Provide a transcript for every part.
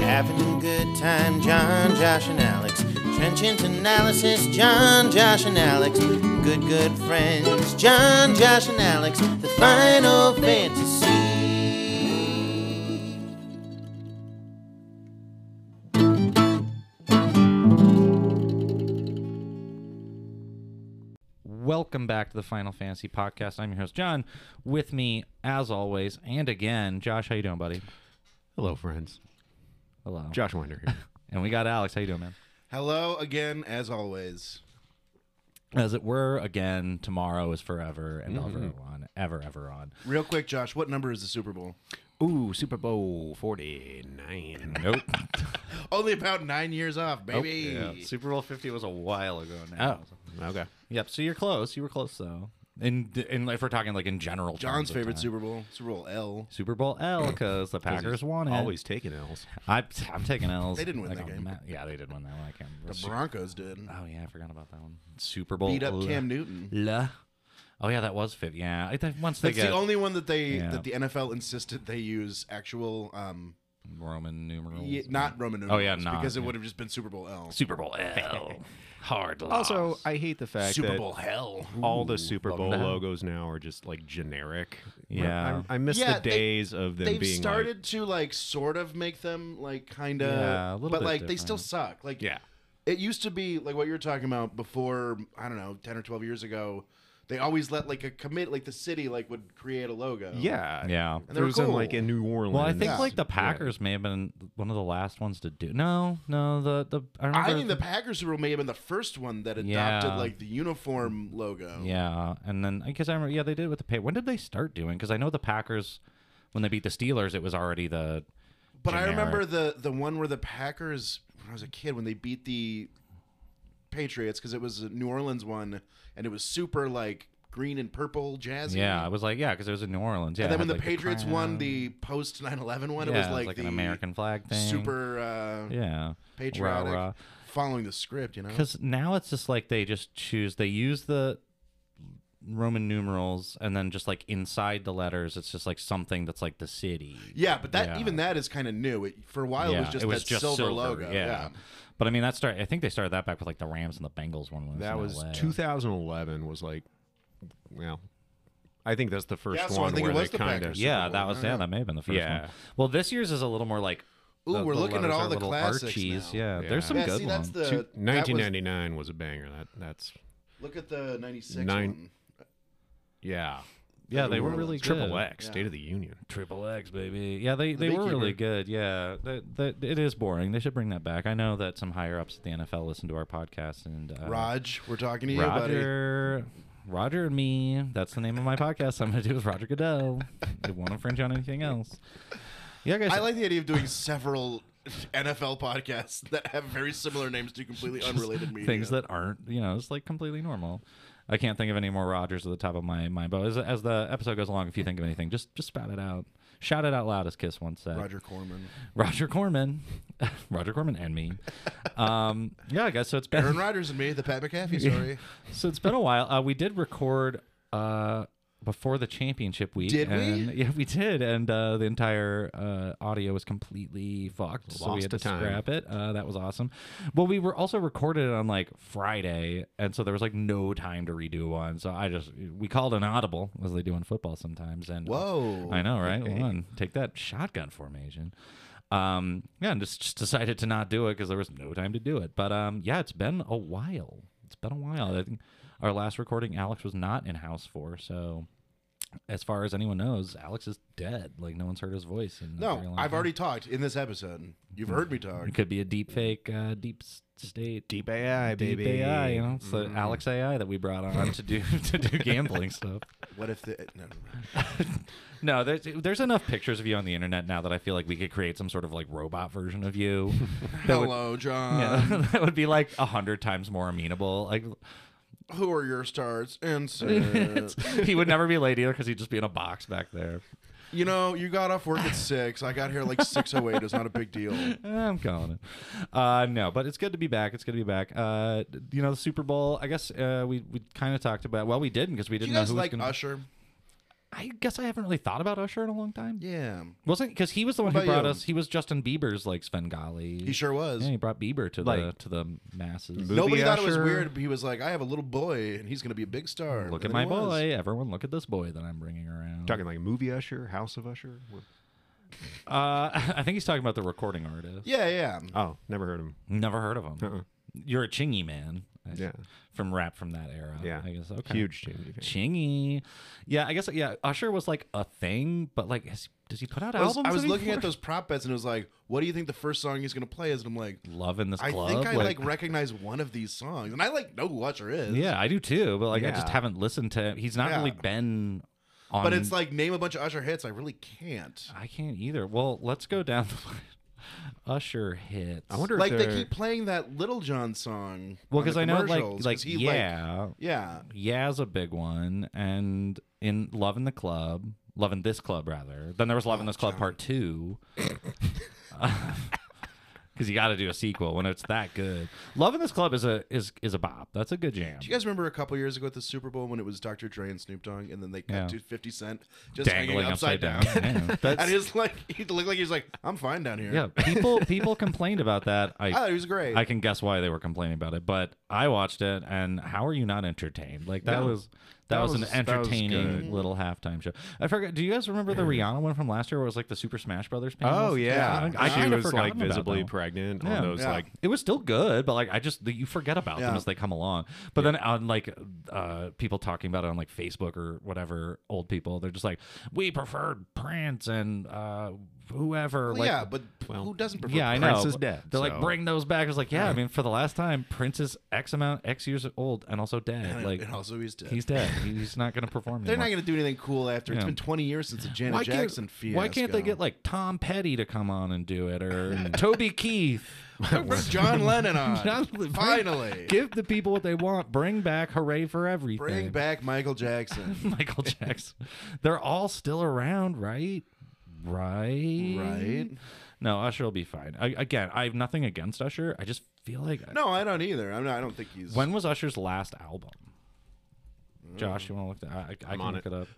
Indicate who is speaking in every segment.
Speaker 1: Having a good time, John, Josh, and Alex. Trenchant analysis, John, Josh, and Alex. Good, good friends, John, Josh, and Alex. The final fantasy.
Speaker 2: Welcome back to the Final Fantasy podcast. I'm your host John. With me, as always, and again, Josh. How you doing, buddy?
Speaker 3: Hello, friends.
Speaker 2: Hello.
Speaker 3: Josh Winder here.
Speaker 2: And we got Alex. How you doing, man?
Speaker 4: Hello again, as always.
Speaker 2: As it were, again, tomorrow is forever and ever on, ever, ever on.
Speaker 4: Real quick, Josh, what number is the Super Bowl?
Speaker 3: Ooh, Super Bowl 49.
Speaker 2: Nope.
Speaker 4: Only about nine years off, baby.
Speaker 2: Super Bowl 50 was a while ago
Speaker 3: Oh, okay.
Speaker 2: Yep. So you're close. You were close though. And and if we're talking like in general, terms
Speaker 4: John's
Speaker 2: of
Speaker 4: favorite
Speaker 2: time.
Speaker 4: Super Bowl, Super Bowl L.
Speaker 2: Super Bowl L because the Packers won it.
Speaker 3: Always taking L's.
Speaker 2: I, I'm taking L's.
Speaker 4: They didn't win
Speaker 2: Like,
Speaker 4: that
Speaker 2: on
Speaker 4: game.
Speaker 2: ma- Yeah, they did win that one. I can't remember.
Speaker 4: The Broncos did.
Speaker 2: oh yeah, I forgot about that one. Super Bowl.
Speaker 4: Beat up
Speaker 2: L-
Speaker 4: Cam Newton.
Speaker 2: L- Oh yeah, that was fifth. Yeah, I think once they
Speaker 4: That's
Speaker 2: get
Speaker 4: the only one that they
Speaker 2: Yeah.
Speaker 4: that the NFL insisted they use actual, um,
Speaker 2: Roman numerals,
Speaker 4: ye- not Roman
Speaker 2: Oh,
Speaker 4: numerals.
Speaker 2: yeah, not,
Speaker 4: because it
Speaker 2: yeah.
Speaker 4: would have just been Super Bowl L.
Speaker 2: Super Bowl L, hard loss.
Speaker 3: Also, I hate the fact
Speaker 4: Super
Speaker 3: that
Speaker 4: Bowl Hell.
Speaker 3: all the Super
Speaker 2: welcome
Speaker 3: Bowl
Speaker 2: to hell.
Speaker 3: logos now are just like generic.
Speaker 2: Yeah.
Speaker 3: I, I miss
Speaker 4: Yeah,
Speaker 3: the
Speaker 4: they-
Speaker 3: days of them
Speaker 4: They've
Speaker 3: being
Speaker 4: started to like sort of make them like kind of,
Speaker 2: Yeah, a little
Speaker 4: but
Speaker 2: bit
Speaker 4: like they still
Speaker 2: different.
Speaker 4: suck. Like
Speaker 3: like, yeah,
Speaker 4: it used to be like what you're talking about before i don't know 10 or 12 years ago they always let like a commit like the city like would create a logo
Speaker 3: yeah,
Speaker 2: yeah.
Speaker 4: And they were
Speaker 3: Those in like
Speaker 4: Oh. cool.
Speaker 3: in New Orleans.
Speaker 2: Well, I think
Speaker 4: Yeah.
Speaker 2: like the Packers may have been one of the last ones to do. No, no, the the I remember.
Speaker 4: i think the packers were may have been the first one that adopted
Speaker 2: Yeah.
Speaker 4: like the uniform logo
Speaker 2: yeah, and then I guess I remember. Yeah, they did with the pay. When did they start doing? Because I know the Packers when they beat the Steelers, it was already the.
Speaker 4: but i
Speaker 2: generic.
Speaker 4: remember the the one where the packers when i was a kid when they beat the patriots because it was a new orleans one and it was super like green and purple jazzy
Speaker 2: Yeah, it was like yeah, because it was in New Orleans. Yeah,
Speaker 4: and then
Speaker 2: it
Speaker 4: when
Speaker 2: had,
Speaker 4: the
Speaker 2: like,
Speaker 4: patriots won
Speaker 2: crown.
Speaker 4: the post 9-11 one
Speaker 2: yeah,
Speaker 4: it was like, the
Speaker 2: an American flag thing.
Speaker 4: super uh
Speaker 2: yeah
Speaker 4: patriotic following the script, you know.
Speaker 2: Because now it's just like they just choose. They use the Roman numerals, and then just like inside the letters, it's just like something that's like the city.
Speaker 4: Yeah, but that
Speaker 2: Yeah.
Speaker 4: even that is kind of new. It, for a while, it was just that silver, logo. Yeah.
Speaker 2: But I mean, that started. I think they started that back with like the Rams and the Bengals one. When it
Speaker 3: that was
Speaker 2: in LA.
Speaker 3: 2011. Was like, well, I think that's the first
Speaker 4: Yeah, so I
Speaker 3: one
Speaker 4: think it
Speaker 3: where
Speaker 4: was
Speaker 3: they
Speaker 4: the
Speaker 3: kind of
Speaker 4: Packers.
Speaker 2: Yeah,
Speaker 4: Bowl,
Speaker 2: that was
Speaker 4: I don't
Speaker 2: yeah.
Speaker 4: know.
Speaker 2: That may have been the first
Speaker 3: Yeah.
Speaker 2: one. Well, this year's is a little more like.
Speaker 4: Ooh,
Speaker 2: the-
Speaker 4: we're
Speaker 2: the
Speaker 4: looking at
Speaker 2: letters
Speaker 4: all
Speaker 2: are
Speaker 4: the
Speaker 2: little
Speaker 4: classics
Speaker 2: Archies.
Speaker 4: now.
Speaker 2: Yeah,
Speaker 3: Yeah.
Speaker 2: there's some
Speaker 4: Yeah,
Speaker 2: good
Speaker 4: see,
Speaker 2: ones.
Speaker 4: that's the
Speaker 3: Two-
Speaker 4: that was-
Speaker 3: 1999 was, a banger. That that's
Speaker 4: look at the '96
Speaker 3: Nine-
Speaker 4: one.
Speaker 3: yeah.
Speaker 2: yeah, they
Speaker 4: New
Speaker 2: were
Speaker 4: Orleans.
Speaker 2: really good.
Speaker 3: Triple X,
Speaker 4: Yeah.
Speaker 3: State of the Union.
Speaker 2: Triple X, baby. Yeah, they, they were
Speaker 4: Beekeeper.
Speaker 2: really good. Yeah, that, that it is boring. They should bring that back. I know that some higher ups at the NFL listen to our podcast and uh,
Speaker 4: Raj, we're talking to you, buddy.
Speaker 2: Roger, Roger and me. That's the name of my podcast. I'm gonna do with Roger Goodell. It won't infringe on anything else. Yeah, guys.
Speaker 4: I like the idea of doing several NFL podcasts that have very similar names to completely unrelated media.
Speaker 2: things that aren't you know it's like completely normal. I can't think of any more Rogers at the top of my mind. But as, as the episode goes along, if you think of anything, just just spout it out. Shout it out loud, as Kiss once said.
Speaker 4: Roger Corman,
Speaker 2: Roger Corman, Roger Corman, and me. Um, yeah, I guess so. It's been
Speaker 4: Aaron Rodgers, and me, the Pat McAfee story.
Speaker 2: so it's been a while. Uh, we did record uh, before the championship week.
Speaker 4: Did we?
Speaker 2: and, Yeah, we did, and uh, the entire uh, audio was completely fucked. so we
Speaker 3: Lost
Speaker 2: had
Speaker 3: the
Speaker 2: to
Speaker 3: time.
Speaker 2: scrap it. Uh, that was awesome. Well, we were also recorded on like Friday, and so there was like no time to redo one. So I just we called an audible, as they do in football sometimes. And
Speaker 4: Whoa.
Speaker 2: I know, right? Well, then take that shotgun formation. Um, yeah, and just, just decided to not do it because there was no time to do it. But um, yeah, it's been a while. It's been a while. I think our last recording, Alex was not in house for. So, as far as anyone knows, Alex is dead. Like no one's heard his voice. In a very
Speaker 4: No,
Speaker 2: long
Speaker 4: I've
Speaker 2: time.
Speaker 4: already talked in this episode. You've heard me talk.
Speaker 2: It could be a deep fake, uh, deep s- state,
Speaker 3: Deep AI,
Speaker 2: deep AI. You know, it's the
Speaker 4: Mm-hmm.
Speaker 2: Alex AI that we brought on to do to do gambling stuff.
Speaker 4: What if the no, never mind.
Speaker 2: No, there's there's enough pictures of you on the internet now that I feel like we could create some sort of like robot version of you. that would,
Speaker 4: hello, John?
Speaker 2: yeah, that would be like a hundred times more amenable. Like
Speaker 4: Who are your stars? Insert.
Speaker 2: he would never be late either because he'd just be in a box back there.
Speaker 4: you know, you got off work at six. I got here like six oh eight. It's not a big deal.
Speaker 2: Eh, I'm calling it. Uh, no, but it's good to be back. It's good to be back. Uh, d- you know, the Super Bowl. I guess uh, we we kind of talked about. Well, we didn't because we
Speaker 4: Do
Speaker 2: didn't
Speaker 4: you
Speaker 2: know
Speaker 4: guys
Speaker 2: who
Speaker 4: like
Speaker 2: was going.
Speaker 4: Usher?
Speaker 2: I guess I haven't really thought about Usher in a long time.
Speaker 4: Yeah,
Speaker 2: Wasn't because he was the one who
Speaker 4: about
Speaker 2: brought
Speaker 4: you?
Speaker 2: us. He was Justin Bieber's like Svengali.
Speaker 4: he sure was.
Speaker 2: Yeah, he brought Bieber to the
Speaker 3: Like-
Speaker 2: to the masses.
Speaker 3: Bo-
Speaker 4: Nobody
Speaker 3: Movie
Speaker 4: thought it was
Speaker 3: Usher.
Speaker 4: weird. He was like, "I have a little boy, and he's going to be a big star."
Speaker 2: Look at
Speaker 4: And
Speaker 2: my
Speaker 4: he was.
Speaker 2: boy, everyone! Look at this boy that I'm bringing around.
Speaker 3: Talking like movie Usher, House of Usher. What-
Speaker 2: Uh, I think he's talking about the recording artist.
Speaker 4: Yeah, yeah.
Speaker 3: Oh, never heard him.
Speaker 2: Never heard of him.
Speaker 3: Uh-uh.
Speaker 2: You're a Chingy man. I-
Speaker 3: Yeah.
Speaker 2: From rap from that era.
Speaker 3: Yeah,
Speaker 2: I guess. Okay.
Speaker 3: huge change.
Speaker 2: Chingy. Yeah, I guess. Yeah, Usher was like a thing, but like, has, does he put out
Speaker 4: I was,
Speaker 2: albums?
Speaker 4: I was
Speaker 2: anymore?
Speaker 4: looking at those prop bets, and it was like, "What do you think the first song he's going to play is?" And I'm like,
Speaker 2: Love in this
Speaker 4: "I
Speaker 2: club.
Speaker 4: think I like, recognize one of these songs, and I like know who Usher is."
Speaker 2: Yeah, I do too. But like, I just
Speaker 3: Yeah.
Speaker 2: haven't listened to. him. He's not
Speaker 4: Yeah.
Speaker 2: really been on.
Speaker 4: but it's like name a bunch of Usher hits. I really can't.
Speaker 2: I can't either. Well, let's go down the Usher hits.
Speaker 3: I wonder if
Speaker 4: Like they
Speaker 3: they're-
Speaker 4: keep playing that Little John song.
Speaker 2: Well,
Speaker 4: because
Speaker 2: because I know like like
Speaker 4: he,
Speaker 2: yeah,
Speaker 4: yeah.
Speaker 2: Yeah's a big one, and in Love in the Club, Love in This Club rather. Then there was Love in This Club Part Two, because you got to do a sequel when it's that good. Love in This Club is a is is a bop. That's a good jam.
Speaker 4: Do you guys remember a couple years ago at the Super Bowl when it was Dr. Dre and Snoop Dogg, and then they cut
Speaker 2: Yeah.
Speaker 4: to 50 Cent just
Speaker 2: Dangling
Speaker 4: hanging
Speaker 2: upside,
Speaker 4: upside,
Speaker 2: down. Yeah.
Speaker 4: and
Speaker 2: That's-
Speaker 4: he's like, he looked like he was like, "I'm fine down here."
Speaker 2: yeah, people people complained about that. I
Speaker 4: I thought he was great.
Speaker 2: I can guess why they were complaining about it, but I watched it, and how are you not entertained? Like that
Speaker 3: No.
Speaker 2: was that,
Speaker 3: That
Speaker 2: was,
Speaker 3: was-
Speaker 2: an
Speaker 3: that was
Speaker 2: entertaining
Speaker 3: good.
Speaker 2: little halftime show. I forgot. Do you guys remember the Rihanna one from last year, where it was like the Super Smash Brothers? Panels?
Speaker 3: Oh yeah,
Speaker 2: I, I
Speaker 3: she
Speaker 2: kinda
Speaker 3: was
Speaker 2: forgotten
Speaker 3: like
Speaker 2: about
Speaker 3: visibly
Speaker 2: that one.
Speaker 3: pregnant
Speaker 2: Yeah.
Speaker 3: on those
Speaker 4: Yeah.
Speaker 3: like
Speaker 2: It was still good, but like I just you forget about them
Speaker 4: Yeah.
Speaker 2: as they come along. But then on like uh, people talking about it on like Facebook or whatever, old people, they're just like, we preferred Prince and uh, whoever.
Speaker 4: Well,
Speaker 2: like,
Speaker 4: yeah, but who doesn't prefer?
Speaker 2: yeah, I know.
Speaker 3: Prince is
Speaker 2: but
Speaker 3: dead,
Speaker 2: They're like,
Speaker 3: so-
Speaker 2: bring those back. It's like, yeah, I mean, for the last time, Prince is X amount, X years old, and also dead.
Speaker 4: And,
Speaker 2: like,
Speaker 4: and also he's dead.
Speaker 2: he's dead. He's not going to perform
Speaker 4: They're not
Speaker 2: anymore.
Speaker 4: going to do anything cool after. It's
Speaker 2: Yeah.
Speaker 4: been 20 years since the Janet Jackson
Speaker 2: can't,
Speaker 4: fiasco.
Speaker 2: why can't they get like Tom Petty to come on and do it or Toby Keith?
Speaker 4: Bring John Lennon on?
Speaker 2: John- bring-
Speaker 4: Finally,
Speaker 2: Give the people what they want. Bring back Hooray for Everything.
Speaker 4: bring back Michael Jackson.
Speaker 2: Michael Jackson. They're all still around, right? Right.
Speaker 4: Right.
Speaker 2: No, Usher will be fine. I, again, I have nothing against Usher. I just feel like
Speaker 4: No, I don't either. I'm not, I don't think he's.
Speaker 2: When was Usher's last album? Josh, you want to look that? I, I can
Speaker 3: on
Speaker 2: look it.
Speaker 3: it.
Speaker 2: up.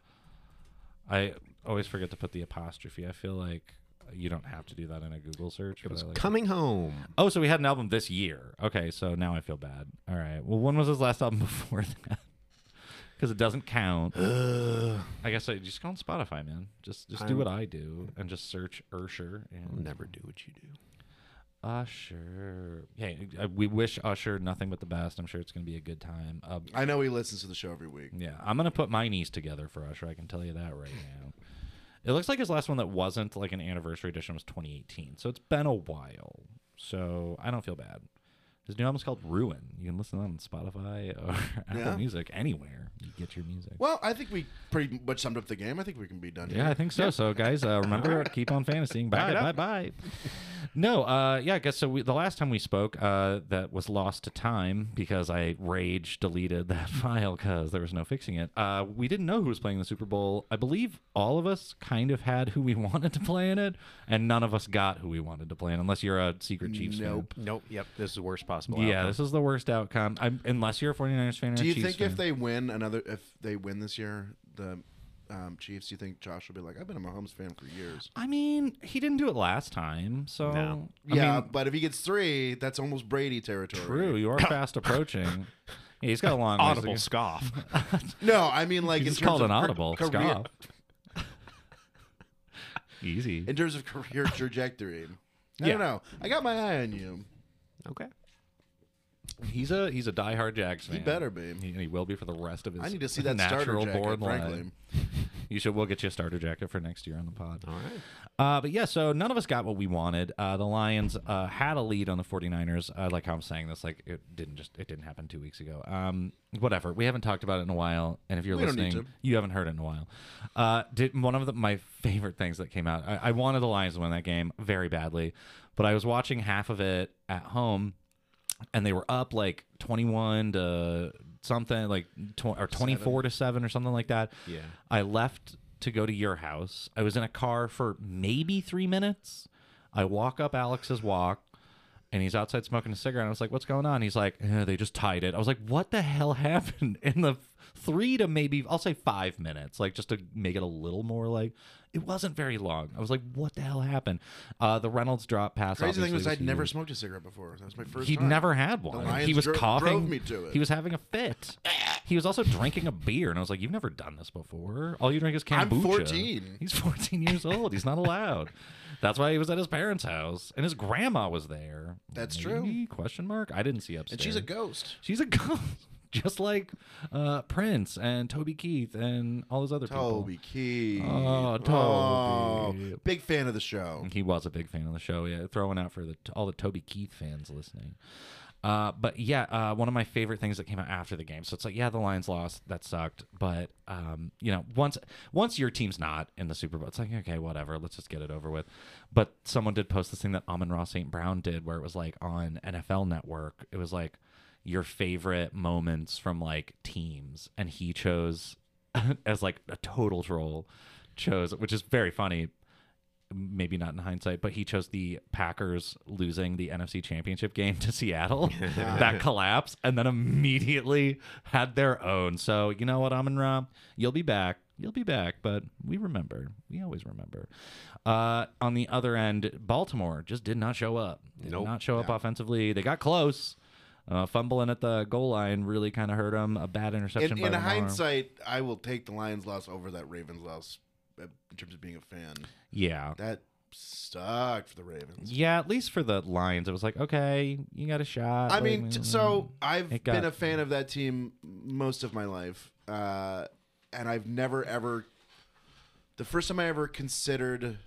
Speaker 2: I always forget to put the apostrophe. I feel like you don't have to do that in a Google search. but I like-
Speaker 3: coming home.
Speaker 2: oh, so we had an album this year. Okay, so now I feel bad. All right. Well, when was his last album before that? Because it doesn't count. I guess I just go on Spotify, man. Just just do what I do and just search Usher and
Speaker 3: Never do what you do.
Speaker 2: Usher. Hey, uh, we wish Usher nothing but the best. I'm sure it's going to be a good time. Uh,
Speaker 4: I know he listens to the show every week.
Speaker 2: Yeah, I'm gonna put my niece together for Usher. I can tell you that right now. It looks like his last one that wasn't like an anniversary edition was 2018, so it's been a while. So I don't feel bad. His new album's called Ruin. You can listen to that on Spotify or Apple
Speaker 4: Yeah.
Speaker 2: Music, anywhere you get your music.
Speaker 4: Well, I think we pretty much summed up the game. I think we can be done.
Speaker 2: Yeah, I
Speaker 4: here.
Speaker 2: think so. So guys, uh, remember keep on fantasying. Bye bye bye. No, uh, yeah, I guess so. We, the last time we spoke, uh, that was lost to time because I rage deleted that file because there was no fixing it. Uh, we didn't know who was playing the Super Bowl. I believe all of us kind of had who we wanted to play in it, and none of us got who we wanted to play in, unless you're a secret Chiefs
Speaker 4: Nope.
Speaker 3: Nope. Yep. This is the worst possible.
Speaker 2: fan. Yeah,
Speaker 3: outcome.
Speaker 2: this is the worst outcome. I'm, unless you're a 49ers fan or
Speaker 4: Do you
Speaker 2: a Chiefs
Speaker 4: think if
Speaker 2: fan.
Speaker 4: they win another, if they win this year, the um, Chiefs, do you think Josh will be like, I've been a Mahomes fan for years?
Speaker 2: I mean, he didn't do it last time, so
Speaker 3: No.
Speaker 2: I
Speaker 4: yeah,
Speaker 2: mean,
Speaker 4: but if he gets three, that's almost Brady territory.
Speaker 2: True, you are fast approaching. Yeah, he's got a long ways to
Speaker 3: audible
Speaker 2: go.
Speaker 3: scoff.
Speaker 4: No, I mean like
Speaker 2: You
Speaker 4: in
Speaker 2: just
Speaker 4: terms
Speaker 2: called
Speaker 4: of
Speaker 2: an
Speaker 4: car-
Speaker 2: audible.
Speaker 4: career-
Speaker 2: Scoff. Easy.
Speaker 4: in terms of career trajectory. I
Speaker 2: Yeah.
Speaker 4: don't know. I got my eye on you.
Speaker 3: okay.
Speaker 2: he's a he's a diehard Jags fan.
Speaker 4: He better be.
Speaker 2: He, and he will be for the rest of his.
Speaker 4: I need to see that starter
Speaker 2: natural
Speaker 4: jacket,
Speaker 2: born life.
Speaker 4: frankly.
Speaker 2: You should. We'll get you a starter jacket for next year on the pod.
Speaker 3: All right.
Speaker 2: Uh, but yeah, so none of us got what we wanted. Uh, the Lions uh, had a lead on the 49ers. I like how I'm saying this. Like it didn't just it didn't happen two weeks ago. Um, whatever. We haven't talked about it in a while. And if you're
Speaker 4: We don't need
Speaker 2: listening,
Speaker 4: to.
Speaker 2: you haven't heard it in a while. Uh, did one of the, my favorite things that came out. I, I wanted the Lions to win that game very badly, but I was watching half of it at home, and they were up like 21 to something, like tw- or 24 to seven or something like that.
Speaker 3: Yeah.
Speaker 2: I left to go to your house. I was in a car for maybe three minutes. I walk up Alex's walk. And he's outside smoking a cigarette. I was like, "What's going on?" He's like, eh, "They just tied it." I was like, "What the hell happened in the three to maybe I'll say five minutes, like just to make it a little more like it wasn't very long. I was like, what the hell happened? Uh, the Reynolds drop pass.
Speaker 4: Crazy thing
Speaker 2: obviously
Speaker 4: was, I'd never
Speaker 2: huge.
Speaker 4: smoked a cigarette before. That was my first.
Speaker 2: He'd
Speaker 4: time.
Speaker 2: never had one.
Speaker 4: Lions
Speaker 2: he was
Speaker 4: dro- drove
Speaker 2: coughing.
Speaker 4: me to it.
Speaker 2: He was having a fit. He was also drinking a beer, and I was like, "You've never done this before. All you drink is
Speaker 4: I'm
Speaker 2: kombucha."
Speaker 4: 14.
Speaker 2: He's 14 years old. He's not allowed. That's why he was at his parents' house, and his grandma was there.
Speaker 4: That's
Speaker 2: Maybe? Question mark. I didn't see upstairs.
Speaker 4: And she's a ghost.
Speaker 2: She's a ghost, just like uh, Prince and Toby Keith and all those other
Speaker 4: Toby Keith.
Speaker 2: Oh, Toby.
Speaker 4: Oh, big fan of the show.
Speaker 2: people. He was a big fan of the show. Yeah, throwing out for the all the Toby Keith fans listening. Uh, but yeah, uh, one of my favorite things that came out after the game. So it's like, yeah, the Lions lost. That sucked. But um, you know, once once your team's not in the Super Bowl, it's like, okay, whatever. Let's just get it over with. But someone did post this thing that Amon Ross St. Brown did, where it was like on NFL Network. It was like your favorite moments from like teams, and he chose as like a total troll chose, which is very funny maybe not in hindsight, but he chose the Packers losing the NFC Championship game to Seattle, that collapse, and then immediately had their own. So you know what, Amon Ra, you'll be back. You'll be back, but we remember. We always remember. Uh, on the other end, Baltimore just did not show up. Did
Speaker 3: Nope.
Speaker 2: not show up offensively. They got close. Uh, fumbling at the goal line really kind of hurt them. A bad interception.
Speaker 4: In,
Speaker 2: by
Speaker 4: in
Speaker 2: Lamar.
Speaker 4: hindsight, I will take the Lions loss over that Ravens loss uh, in terms of being a fan.
Speaker 2: yeah,
Speaker 4: That sucked for the Ravens.
Speaker 2: yeah. At least for the Lions, it was like, okay, you got a shot.
Speaker 4: I
Speaker 2: Like,
Speaker 4: mean, t- so I've
Speaker 2: Mm-hmm. It got-
Speaker 4: been a fan of that team most of my life, uh, and I've never ever. The first time I ever considered,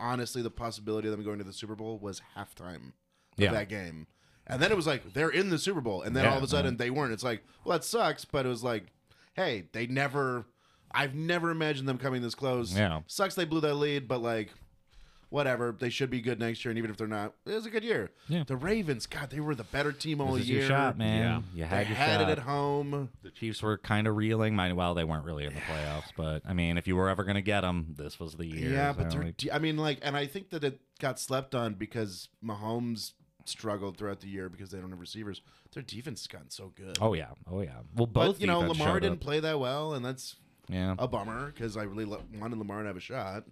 Speaker 4: honestly, the possibility of them going to the Super Bowl was halftime of
Speaker 2: Yeah.
Speaker 4: that game, and then it was like they're in the Super Bowl, and then
Speaker 2: Yeah, uh-huh.
Speaker 4: all of a sudden they weren't. It's like, well, that sucks, but it was like, hey, they never. I've never imagined them coming this close.
Speaker 2: Yeah.
Speaker 4: sucks they blew that lead, but like whatever. They should be good next year, and even if they're not, it was a good year.
Speaker 2: Yeah.
Speaker 4: The Ravens, God, they were the better team all
Speaker 2: This is
Speaker 4: year.
Speaker 2: your shot, man. You
Speaker 4: They
Speaker 2: had your
Speaker 4: had
Speaker 2: shot.
Speaker 4: it at home.
Speaker 2: The Chiefs were kind of reeling. Mind well, they weren't really in the playoffs, but I mean, if you were ever going to get them, this was the year.
Speaker 4: yeah,
Speaker 2: so,
Speaker 4: but they're,
Speaker 2: like,
Speaker 4: de- I mean, like, and I think that it got slept on because Mahomes struggled throughout the year because they don't have receivers. Their defense has gotten so good.
Speaker 2: oh yeah, oh yeah. Well,
Speaker 4: but
Speaker 2: both
Speaker 4: you know,
Speaker 2: defense
Speaker 4: Lamar
Speaker 2: showed
Speaker 4: didn't
Speaker 2: up.
Speaker 4: play that well, and that's
Speaker 2: Yeah.
Speaker 3: Oh.
Speaker 4: a bummer because I really lo- wanted Lamar to have a shot.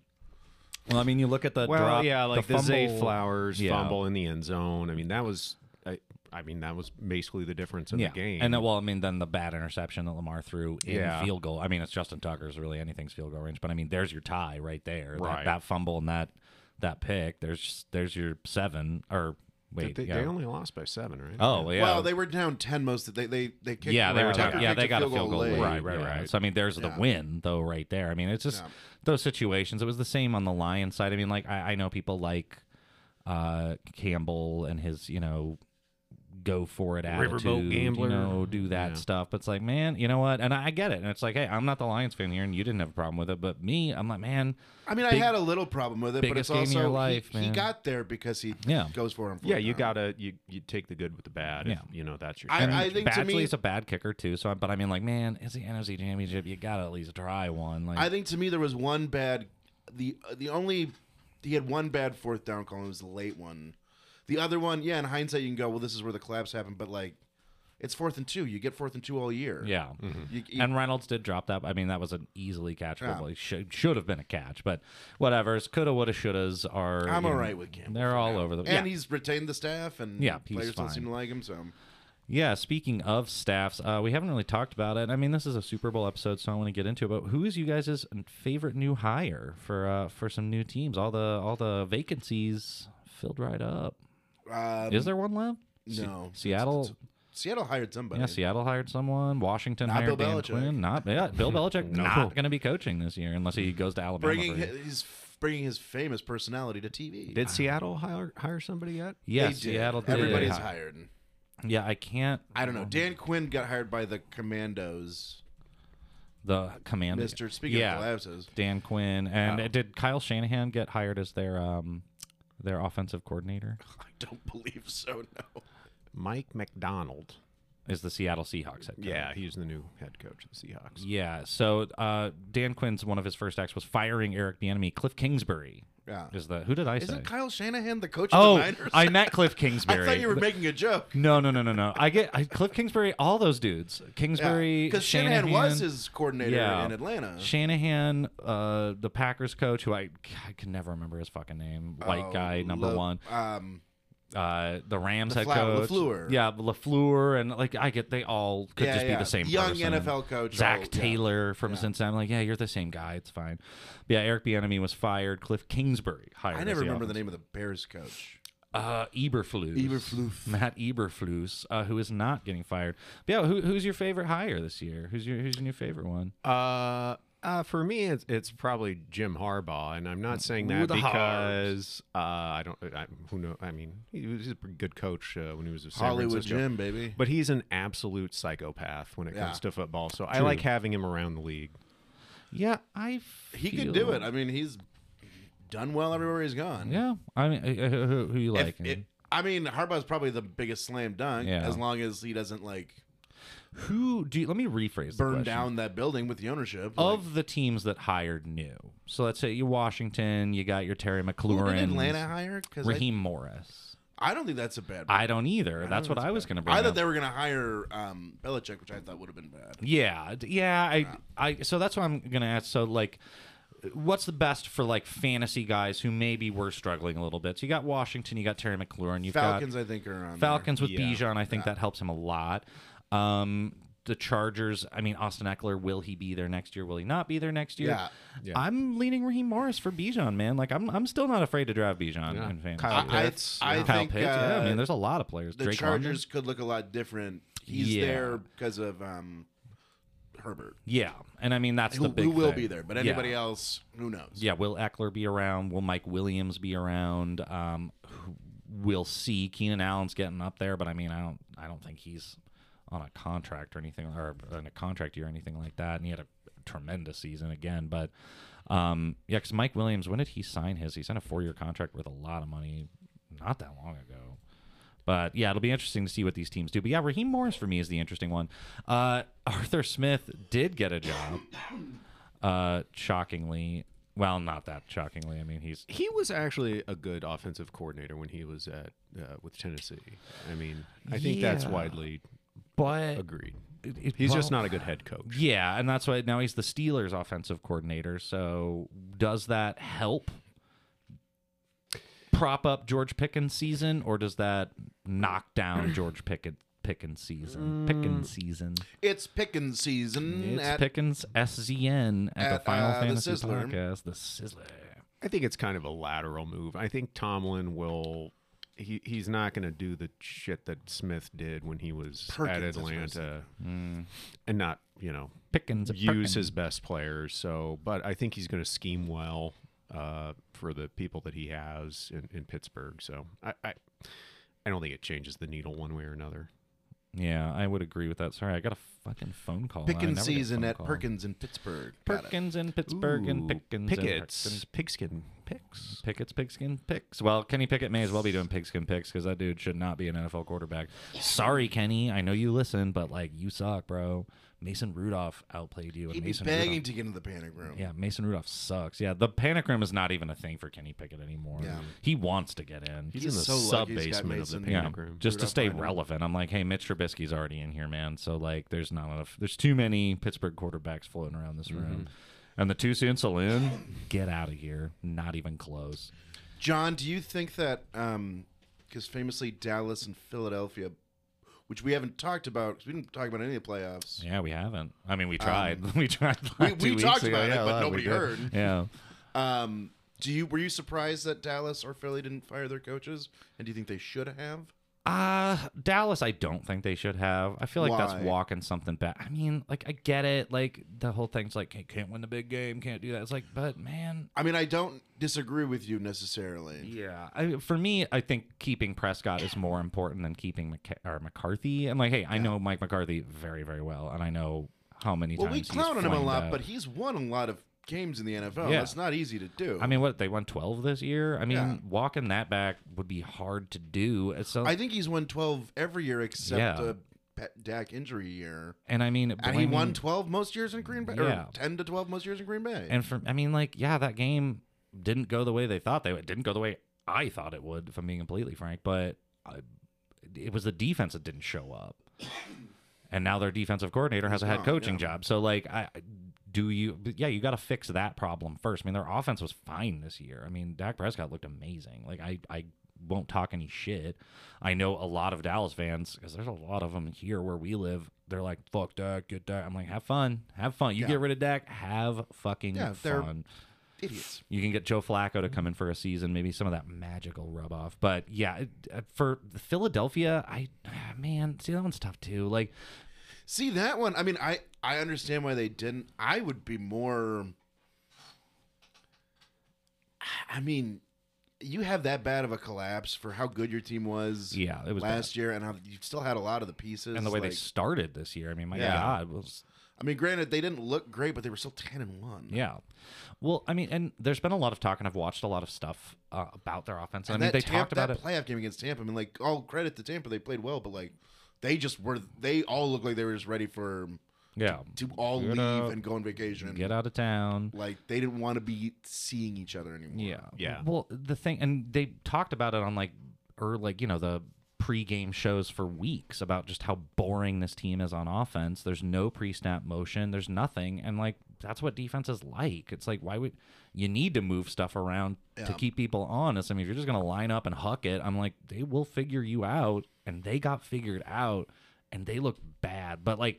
Speaker 2: Well, I mean, you look at the
Speaker 3: Well,
Speaker 2: drop.
Speaker 3: yeah, like the, Zay
Speaker 2: fumble-
Speaker 3: Flowers
Speaker 2: Yeah.
Speaker 3: fumble in the end zone. I mean, that was, I, I mean, that was basically the difference in
Speaker 2: Yeah,
Speaker 3: the game.
Speaker 2: and then, well, I mean, then the bad interception that Lamar threw in
Speaker 3: Yeah.
Speaker 2: field goal. I mean, it's Justin Tucker's really anything's field goal range, but I mean, there's your tie right there. That-
Speaker 3: Right.
Speaker 2: That, fumble and that that pick. There's there's your seven or wait.
Speaker 3: they,
Speaker 2: yeah.
Speaker 3: they only lost by seven, right?
Speaker 2: oh yeah.
Speaker 4: Well, they were down ten most. Of, they they they kicked.
Speaker 2: yeah, they were
Speaker 3: Right,
Speaker 2: talking.
Speaker 4: Tucker
Speaker 2: Yeah,
Speaker 4: kicked
Speaker 2: they got a field goal.
Speaker 4: late.
Speaker 2: lead,
Speaker 3: Right, right,
Speaker 2: yeah.
Speaker 3: right.
Speaker 2: So I mean, there's the
Speaker 4: Yeah.
Speaker 2: win though, right there. I mean, it's just
Speaker 4: Yeah.
Speaker 2: those situations. It was the same on the Lions side. I mean, like I, I know people like uh, Campbell and his, you know, go for it attitude.
Speaker 3: Riverboat gambler.
Speaker 2: you know, do that
Speaker 3: Yeah.
Speaker 2: stuff. But it's like, man, you know what? And I, I get it. And it's like, hey, I'm not the Lions fan here, and you didn't have a problem with it, but me, I'm like, man,
Speaker 4: I mean,
Speaker 2: Big-
Speaker 4: I had a little problem with it, but
Speaker 2: biggest
Speaker 4: it's
Speaker 2: game of
Speaker 4: also
Speaker 2: your
Speaker 4: he-
Speaker 2: life,
Speaker 4: he,
Speaker 2: man.
Speaker 4: got there because he
Speaker 2: Yeah.
Speaker 4: goes for him.
Speaker 3: Yeah, you gotta you you take the good with the bad. If,
Speaker 2: uh, Yeah.
Speaker 3: you know that's your.
Speaker 4: I-
Speaker 3: strategy.
Speaker 4: I think to
Speaker 2: Badgley's
Speaker 4: me-
Speaker 2: a bad kicker too. So, I, but I mean, like, man, it's the NFC Championship. You gotta at least try one. Like,
Speaker 4: I think to me there was one bad, the the only he had one bad fourth down call. And it was the late one. The other one, yeah. In hindsight, you can go, well, this is where the collapse happened, but like, it's fourth and two. You get fourth and two all year.
Speaker 2: yeah.
Speaker 4: You, you-
Speaker 2: And Reynolds did drop that. I mean, that was an easily catchable.
Speaker 4: Yeah.
Speaker 2: Like, should should have been a catch, but whatever's coulda, woulda, shouldas are.
Speaker 4: I'm
Speaker 2: you
Speaker 4: all
Speaker 2: know,
Speaker 4: right with Campbell.
Speaker 2: They're
Speaker 4: for
Speaker 2: all
Speaker 4: now.
Speaker 2: over the.
Speaker 4: And
Speaker 2: yeah.
Speaker 4: he's retained the staff, and
Speaker 2: Yeah, he's
Speaker 4: players don't
Speaker 2: fine.
Speaker 4: seem to like him. So
Speaker 2: yeah. Speaking of staffs, uh, we haven't really talked about it. I mean, this is a Super Bowl episode, so I want to get into it. But who is you guys' favorite new hire for uh, for some new teams? All the all the vacancies filled right up.
Speaker 4: um,
Speaker 2: is there one left? Se-
Speaker 4: no
Speaker 2: Seattle.
Speaker 4: Seattle hired somebody.
Speaker 2: yeah, Seattle hired someone. Washington
Speaker 4: Not
Speaker 2: hired
Speaker 4: Bill
Speaker 2: Dan
Speaker 4: Belichick.
Speaker 2: Quinn. Not yeah, Bill Belichick.
Speaker 3: No.
Speaker 2: Not going to be coaching this year unless he goes to Alabama.
Speaker 4: bringing
Speaker 2: for a year.
Speaker 4: his, he's bringing his famous personality to TV.
Speaker 2: Uh,
Speaker 3: Did Seattle hire hire somebody yet?
Speaker 4: They
Speaker 2: Yes,
Speaker 4: did.
Speaker 2: Seattle did.
Speaker 4: Everybody's
Speaker 2: Yeah.
Speaker 4: hired.
Speaker 2: Yeah, I can't.
Speaker 4: I don't know. Dan Quinn got hired by the Commandos.
Speaker 2: The commander,
Speaker 4: Mister. Speaking
Speaker 2: yeah,
Speaker 4: of collapses,
Speaker 2: Dan Quinn, and
Speaker 3: Oh.
Speaker 2: did Kyle Shanahan get hired as their um their offensive coordinator?
Speaker 4: I don't believe so. No.
Speaker 3: Mike McDonald.
Speaker 2: Is the Seattle Seahawks head coach?
Speaker 3: Yeah, he's the new head coach of the Seahawks.
Speaker 2: Yeah, so uh, Dan Quinn's one of his first acts was firing Eric Bieniemy. Cliff Kingsbury
Speaker 4: Yeah.
Speaker 2: Is the who did I say?
Speaker 4: Isn't Kyle Shanahan the coach
Speaker 2: oh,
Speaker 4: of the Niners?
Speaker 2: I met Cliff Kingsbury.
Speaker 4: I thought you were making a joke.
Speaker 2: No, no, no, no, no. I get I, Cliff Kingsbury. All those dudes. Kingsbury.
Speaker 4: Because Shanahan was his coordinator
Speaker 2: Yeah.
Speaker 4: in Atlanta.
Speaker 2: Shanahan, uh, the Packers coach, who I I can never remember his fucking name. White
Speaker 4: Oh,
Speaker 2: guy, number
Speaker 4: Le-
Speaker 2: one.
Speaker 4: Um,
Speaker 2: Uh, the Rams head
Speaker 4: LaFleur-
Speaker 2: coach.
Speaker 4: LaFleur.
Speaker 2: Yeah, Lafleur, and like I get they all could
Speaker 4: Yeah,
Speaker 2: just
Speaker 4: yeah.
Speaker 2: be the same
Speaker 4: Young
Speaker 2: person.
Speaker 4: NFL coach,
Speaker 2: Zach
Speaker 4: all- yeah.
Speaker 2: Taylor from Cincinnati. I'm like, yeah, you're the same guy. It's fine. But yeah, Eric Bieniemy was fired. Cliff Kingsbury hired.
Speaker 4: I
Speaker 2: as
Speaker 4: never remember the
Speaker 2: offensive-
Speaker 4: name of the Bears coach.
Speaker 2: Uh, Eberflus.
Speaker 4: Eberflus.
Speaker 2: Matt Eberflus, uh, who is not getting fired. But yeah, who, who's your favorite hire this year? Who's your Who's your new favorite one?
Speaker 3: Uh, uh, for me, it's it's probably Jim Harbaugh, and I'm not saying
Speaker 2: Ooh,
Speaker 3: that
Speaker 2: the
Speaker 3: because uh, I don't. I, who know? I mean, he was a pretty good coach uh, when he was with San
Speaker 4: Hollywood
Speaker 3: Francisco.
Speaker 4: Jim, baby.
Speaker 3: But he's an absolute psychopath when it
Speaker 4: Yeah.
Speaker 3: comes to football. So I like having him around the league.
Speaker 2: Yeah, I.
Speaker 4: He
Speaker 2: feel-
Speaker 4: could do it. I mean, he's done well everywhere he's gone.
Speaker 2: Yeah, I mean, uh, who, who- who you
Speaker 4: If
Speaker 2: like?
Speaker 4: it- I mean, Harbaugh's probably the biggest slam dunk
Speaker 2: Yeah.
Speaker 4: as long as he doesn't like
Speaker 2: who do? You, let me rephrase. the
Speaker 4: burn
Speaker 2: question.
Speaker 4: down that building with the ownership.
Speaker 2: of the teams that hired new. So let's say you Washington, you got your Terry
Speaker 4: like, who did
Speaker 2: McLaurin,
Speaker 4: Atlanta hire? Because I,
Speaker 2: Raheem Morris.
Speaker 4: I don't think that's a bad.
Speaker 2: I don't either. That's what I was going to bring
Speaker 4: I
Speaker 2: up.
Speaker 4: thought they were going to hire um, Belichick, which I thought would have been bad.
Speaker 2: yeah, d- yeah. I, I. So that's what I'm going to ask. So like, what's the best for like fantasy guys who maybe were struggling a little bit? So you got Washington, you got Terry McLaurin, you've got
Speaker 4: Falcons, I think, are on.
Speaker 2: Falcons with
Speaker 3: Yeah.
Speaker 2: Bijan, I think that helps him a lot. Um, the Chargers, I mean, Austin Eckler, will he be there next year? Will he not be there next year?
Speaker 4: Yeah.
Speaker 3: Yeah.
Speaker 2: I'm leaning Raheem Morris for Bijan, man. Like, I'm, I'm still not afraid to draft Bijan
Speaker 3: Yeah.
Speaker 2: in fantasy.
Speaker 3: Kyle
Speaker 4: I- I-
Speaker 3: Pitts,
Speaker 4: I,
Speaker 3: yeah.
Speaker 2: Kyle
Speaker 4: think
Speaker 2: Pitts,
Speaker 4: uh,
Speaker 2: yeah. I mean, there's a lot of players.
Speaker 4: the
Speaker 2: Drake London.
Speaker 4: Chargers could look a lot different. He's
Speaker 2: Yeah.
Speaker 4: there because of um, Herbert.
Speaker 2: Yeah. And I mean, that's
Speaker 4: Who,
Speaker 2: the big
Speaker 4: who will
Speaker 2: thing.
Speaker 4: be there? But
Speaker 2: Yeah.
Speaker 4: anybody else, who knows?
Speaker 2: Yeah, will Eckler be around? Will Mike Williams be around? Um, who- we'll see. Keenan Allen's getting up there, but I mean, I don't, I don't think he's on a contract or anything, or in a contract year or anything like that. And he had a tremendous season again, but um, yeah, because Mike Williams, when did he sign his? He signed a four-year contract worth a lot of money, not that long ago. But yeah, it'll be interesting to see what these teams do. But yeah, Raheem Morris for me is the interesting one. Uh, Arthur Smith did get a job uh, shockingly. Well, not that shockingly. I mean, he's
Speaker 3: He was actually a good offensive coordinator when he was at uh, with Tennessee. I mean, I think that's
Speaker 2: Yeah.
Speaker 3: widely
Speaker 2: but
Speaker 3: agreed.
Speaker 2: it- it-
Speaker 3: He's just
Speaker 2: well,
Speaker 3: not a good head coach.
Speaker 2: Yeah, and that's why now he's the Steelers' offensive coordinator. So does that help prop up George Pickens' season, or does that knock down George Pickens? Pickens season, Pickens season.
Speaker 4: It's picking season.
Speaker 2: It's
Speaker 4: Mm. at,
Speaker 2: Pickens SZN at, the
Speaker 4: at,
Speaker 2: Final
Speaker 4: uh, the
Speaker 2: Fantasy
Speaker 4: Sizzler.
Speaker 2: podcast. The Sizzler.
Speaker 3: I think it's kind of a lateral move. I think Tomlin will. He, he's not going to do the shit that Smith did when he was
Speaker 4: Perkins,
Speaker 3: at
Speaker 4: that's what I was
Speaker 3: Atlanta, and not you know
Speaker 2: Mm. Pickens at
Speaker 3: use
Speaker 2: Perkins.
Speaker 3: his best players. So, but I think he's going to scheme well uh, for the people that he has in, in Pittsburgh. So I, I I don't think it changes the needle one way or another.
Speaker 2: Yeah, I would agree with that. Sorry, I got a fucking phone call. I
Speaker 4: Picking
Speaker 2: never get
Speaker 4: season
Speaker 2: phone
Speaker 4: at
Speaker 2: calls.
Speaker 4: Perkins in Pittsburgh. Got it.
Speaker 2: Perkins in Pittsburgh and Pickens in
Speaker 3: Pickett's
Speaker 2: Perkins.
Speaker 3: pigskin picks.
Speaker 2: Pickett's pigskin picks. Well, Kenny Pickett may as well be doing pigskin picks because that dude should not be an NFL quarterback. Sorry, Kenny. I know you listen, but like you suck, bro. Mason Rudolph outplayed you. And
Speaker 4: He'd be
Speaker 2: Mason
Speaker 4: begging
Speaker 2: Rudolph,
Speaker 4: to get into the panic room.
Speaker 2: yeah, Mason Rudolph sucks. Yeah, the panic room is not even a thing for Kenny Pickett anymore.
Speaker 4: Yeah.
Speaker 2: He wants to get in.
Speaker 3: He's,
Speaker 4: He's
Speaker 3: in the
Speaker 4: so
Speaker 3: sub
Speaker 4: lucky he's got
Speaker 3: basement of the
Speaker 4: Mason.
Speaker 2: yeah,
Speaker 3: panic room.
Speaker 2: just to
Speaker 4: Rudolph
Speaker 2: stay
Speaker 4: behind him.
Speaker 2: relevant. I'm like, hey, Mitch Trubisky's already in here, man. So like, there's not enough. There's too many Pittsburgh quarterbacks floating around this room.
Speaker 4: Mm-hmm.
Speaker 2: And the two cents saloon, get out of here. Not even close.
Speaker 4: John, do you think that because famously Dallas and Philadelphia, which we haven't talked about, 'cause we didn't talk about any of the playoffs.
Speaker 2: Yeah, we haven't. I mean, we tried. we tried. like,
Speaker 4: Um, we
Speaker 2: two
Speaker 4: talked
Speaker 2: weeks ago.
Speaker 4: about it,
Speaker 2: Yeah,
Speaker 4: but
Speaker 2: well, we
Speaker 4: nobody
Speaker 2: did.
Speaker 4: heard.
Speaker 2: Yeah.
Speaker 4: Um, do you were you surprised that Dallas or Philly didn't fire their coaches, and do you think they should have?
Speaker 2: Uh, Dallas, I don't think they should have. I feel like that's
Speaker 4: Why?
Speaker 2: walking something back. I mean, like, I get it. Like, the whole thing's like, hey, can't win the big game, can't do that. It's like, but man.
Speaker 4: I mean, I don't disagree with you necessarily.
Speaker 2: Yeah. I, for me, I think keeping Prescott is more important than keeping McC- or McCarthy. And, like, hey, I know Mike McCarthy very, very well, and I know how many
Speaker 4: Well,
Speaker 2: times
Speaker 4: we
Speaker 2: he's
Speaker 4: clown on him a
Speaker 2: flamed
Speaker 4: lot,
Speaker 2: out.
Speaker 4: but he's won a lot of games in the NFL.
Speaker 2: Yeah.
Speaker 4: That's not easy to do.
Speaker 2: I mean, what they won twelve this year. I mean,
Speaker 4: Yeah.
Speaker 2: walking that back would be hard to do. uh, So
Speaker 4: I think he's won twelve every year except
Speaker 2: Yeah.
Speaker 4: a Pat Dak injury year.
Speaker 2: And I mean,
Speaker 4: And he won
Speaker 2: blaming-
Speaker 4: 12 most years in Green Bay,
Speaker 2: Yeah.
Speaker 4: or 10 to 12 most years in Green Bay.
Speaker 2: and from I mean, like, yeah, that game didn't go the way they thought they would. It didn't go the way I thought it would, if I'm being completely frank. But I, it was the defense that didn't show up. And now their defensive coordinator has a head
Speaker 4: gone,
Speaker 2: coaching
Speaker 4: yeah.
Speaker 2: job. So, like, I do you, but yeah, you got to fix that problem first. I mean, their offense was fine this year. I mean, Dak Prescott looked amazing. Like, I, I won't talk any shit. I know a lot of Dallas fans, because there's a lot of them here where we live. They're like, fuck Dak, get Dak. I'm like, have fun. Have fun. You
Speaker 4: Yeah.
Speaker 2: get rid of Dak, have fucking
Speaker 4: Yeah, they're-
Speaker 2: fun.
Speaker 4: Idiots.
Speaker 2: You can get Joe Flacco to come in for a season, maybe some of that magical rub off. But yeah, it- uh, for Philadelphia, I ah, man, see that one's tough too. Like,
Speaker 4: See that one? I mean, I I understand why they didn't. I would be more. I mean, you have that bad of a collapse for how good your team was.
Speaker 2: yeah, it was
Speaker 4: last year, and how you still had a lot of the pieces.
Speaker 2: bad. and the way
Speaker 4: like-
Speaker 2: they started this year. I mean, my
Speaker 4: Yeah.
Speaker 2: God, it was
Speaker 4: I mean, granted, they didn't look great, but they were still ten and one.
Speaker 2: yeah. Well, I mean, and there's been a lot of talk, and I've watched a lot of stuff uh, about their offense. And
Speaker 4: And
Speaker 2: I mean,
Speaker 4: that
Speaker 2: they
Speaker 4: Tampa-
Speaker 2: talked about
Speaker 4: that
Speaker 2: it.
Speaker 4: playoff game against Tampa. I mean, like all credit to Tampa, they played well, but like they just were. They all looked like they were just ready for
Speaker 2: Yeah,
Speaker 4: to all
Speaker 2: Get
Speaker 4: leave
Speaker 2: out.
Speaker 4: and go on vacation.
Speaker 2: get out of town.
Speaker 4: Like they didn't want to be seeing each other anymore.
Speaker 2: Yeah.
Speaker 3: Yeah.
Speaker 2: Well, the thing, and they talked about it on like, or like, you know, the pre-game shows for weeks about just how boring this team is on offense. There's no pre-snap motion. There's nothing, and like that's what defense is like. It's like why would you need to move stuff around to
Speaker 4: Yeah.
Speaker 2: keep people honest? I mean, if you're just gonna line up and huck it, I'm like they will figure you out, and they got figured out, and they look bad. But like.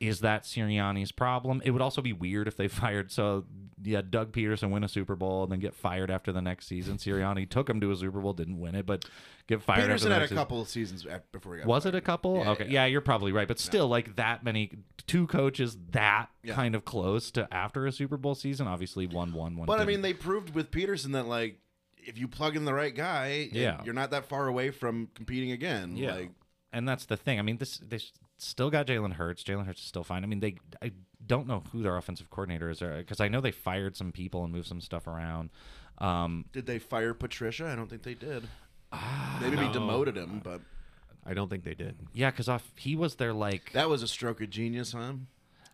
Speaker 2: Is that Sirianni's problem? It would also be weird if they fired. So, yeah, Doug Peterson win a Super Bowl and then get fired after the next season. Sirianni took him to a Super Bowl, didn't win it, but get fired. after
Speaker 4: Peterson
Speaker 2: the
Speaker 4: had a
Speaker 2: next season.
Speaker 4: couple of seasons at- before he got.
Speaker 2: Was
Speaker 4: fired.
Speaker 2: it a couple?
Speaker 4: Yeah,
Speaker 2: okay. Yeah. you're probably right. But still, like that many, two coaches that
Speaker 4: Yeah.
Speaker 2: kind of close to after a Super Bowl season. Obviously, one, one, one.
Speaker 4: But I
Speaker 2: didn't.
Speaker 4: mean, they proved with Peterson that like if you plug in the right guy,
Speaker 2: Yeah.
Speaker 4: you're not that far away from competing again.
Speaker 2: Yeah.
Speaker 4: Like,
Speaker 2: and that's the thing. I mean, this they s- still got Jalen Hurts. Jalen Hurts is still fine. I mean, they I don't know who their offensive coordinator is because I know they fired some people and moved some stuff around. Um,
Speaker 4: did they fire Patricia? I don't think they did.
Speaker 2: Ah,
Speaker 4: Maybe they
Speaker 3: No.
Speaker 4: demoted him, but
Speaker 3: I don't think they did.
Speaker 2: yeah, because off he was their like
Speaker 4: that was a stroke of genius, huh?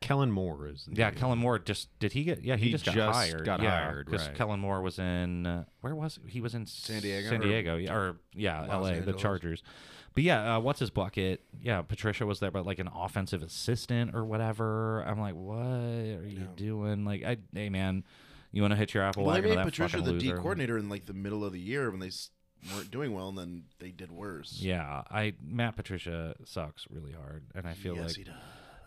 Speaker 3: Kellen Moore is. the-
Speaker 2: yeah. Kellen Moore just did he get yeah he,
Speaker 3: He
Speaker 2: just got
Speaker 3: just
Speaker 2: hired
Speaker 3: got
Speaker 2: yeah,
Speaker 3: hired, right.
Speaker 2: Kellen Moore was in uh, where was he? he was in San
Speaker 4: Diego
Speaker 2: San
Speaker 4: or-
Speaker 2: Diego yeah, or yeah
Speaker 4: Los
Speaker 2: L A the
Speaker 4: Angeles.
Speaker 2: Chargers but yeah uh, what's his bucket yeah Patricia was there but like an offensive assistant or whatever I'm like what are you doing like I hey man you want to hit your apple
Speaker 4: Well, they
Speaker 2: wagon to
Speaker 4: made
Speaker 2: that
Speaker 4: Patricia
Speaker 2: fucking
Speaker 4: the D
Speaker 2: loser?
Speaker 4: coordinator in like the middle of the year when they s- weren't doing well, and then they did worse.
Speaker 2: yeah I Matt Patricia sucks really hard and I feel
Speaker 4: yes,
Speaker 2: like
Speaker 4: he does.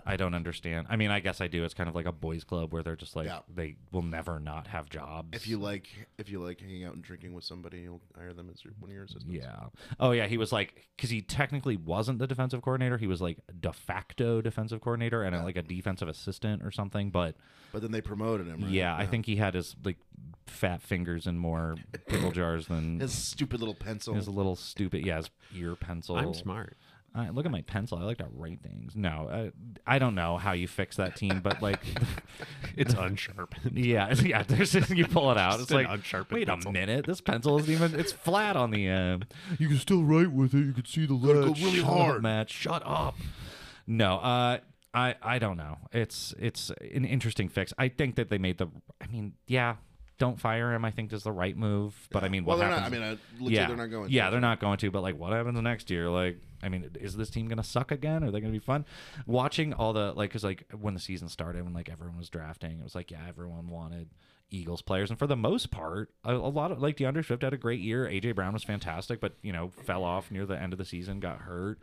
Speaker 2: I don't understand. I mean, I guess I do. It's kind of like a boys' club where they're just like
Speaker 4: Yeah.
Speaker 2: they will never not have jobs.
Speaker 4: If you like, if you like hanging out and drinking with somebody, you'll hire them as your, one of your assistants.
Speaker 2: Yeah. Oh yeah, he was like because he technically wasn't the defensive coordinator. He was like de facto defensive coordinator and uh, like a defensive assistant or something. But
Speaker 4: But then they promoted him. Right?
Speaker 2: yeah, I think he had his like fat fingers in more pickle jars than
Speaker 4: his
Speaker 2: his,
Speaker 4: stupid little pencil.
Speaker 2: little stupid yeah his ear pencil.
Speaker 3: I'm smart.
Speaker 2: I, look at my pencil. I like to write things. No, I, I don't know how you fix that team, but like.
Speaker 3: It's unsharpened.
Speaker 2: Yeah, yeah. There's you pull it out.
Speaker 3: Just
Speaker 2: It's
Speaker 3: an
Speaker 2: like
Speaker 3: unsharpened
Speaker 2: wait
Speaker 3: pencil.
Speaker 2: a minute. This pencil isn't even. It's flat on the uh, end.
Speaker 5: You can still write with it. You can see the
Speaker 4: go
Speaker 5: letters.
Speaker 4: really
Speaker 2: Shut up,
Speaker 4: hard.
Speaker 2: Matt. Shut up. No, uh, I I don't know. It's it's an interesting fix. I think that they made the. I mean, yeah, don't fire him. I think is the right move. But I mean,
Speaker 4: well,
Speaker 2: what
Speaker 4: they're
Speaker 2: happens?
Speaker 4: not. I mean, uh, looks
Speaker 2: yeah,
Speaker 4: like they're not going.
Speaker 2: Yeah,
Speaker 4: to.
Speaker 2: they're not going to. But like, what happens next year? Like, I mean, is this team gonna suck again? Are they gonna be fun? Watching all the like, because like when the season started, when like everyone was drafting, it was like, yeah, everyone wanted Eagles players, and for the most part, a, a lot of like DeAndre Swift had a great year. AJ Brown was fantastic, but you know, fell off near the end of the season, got hurt.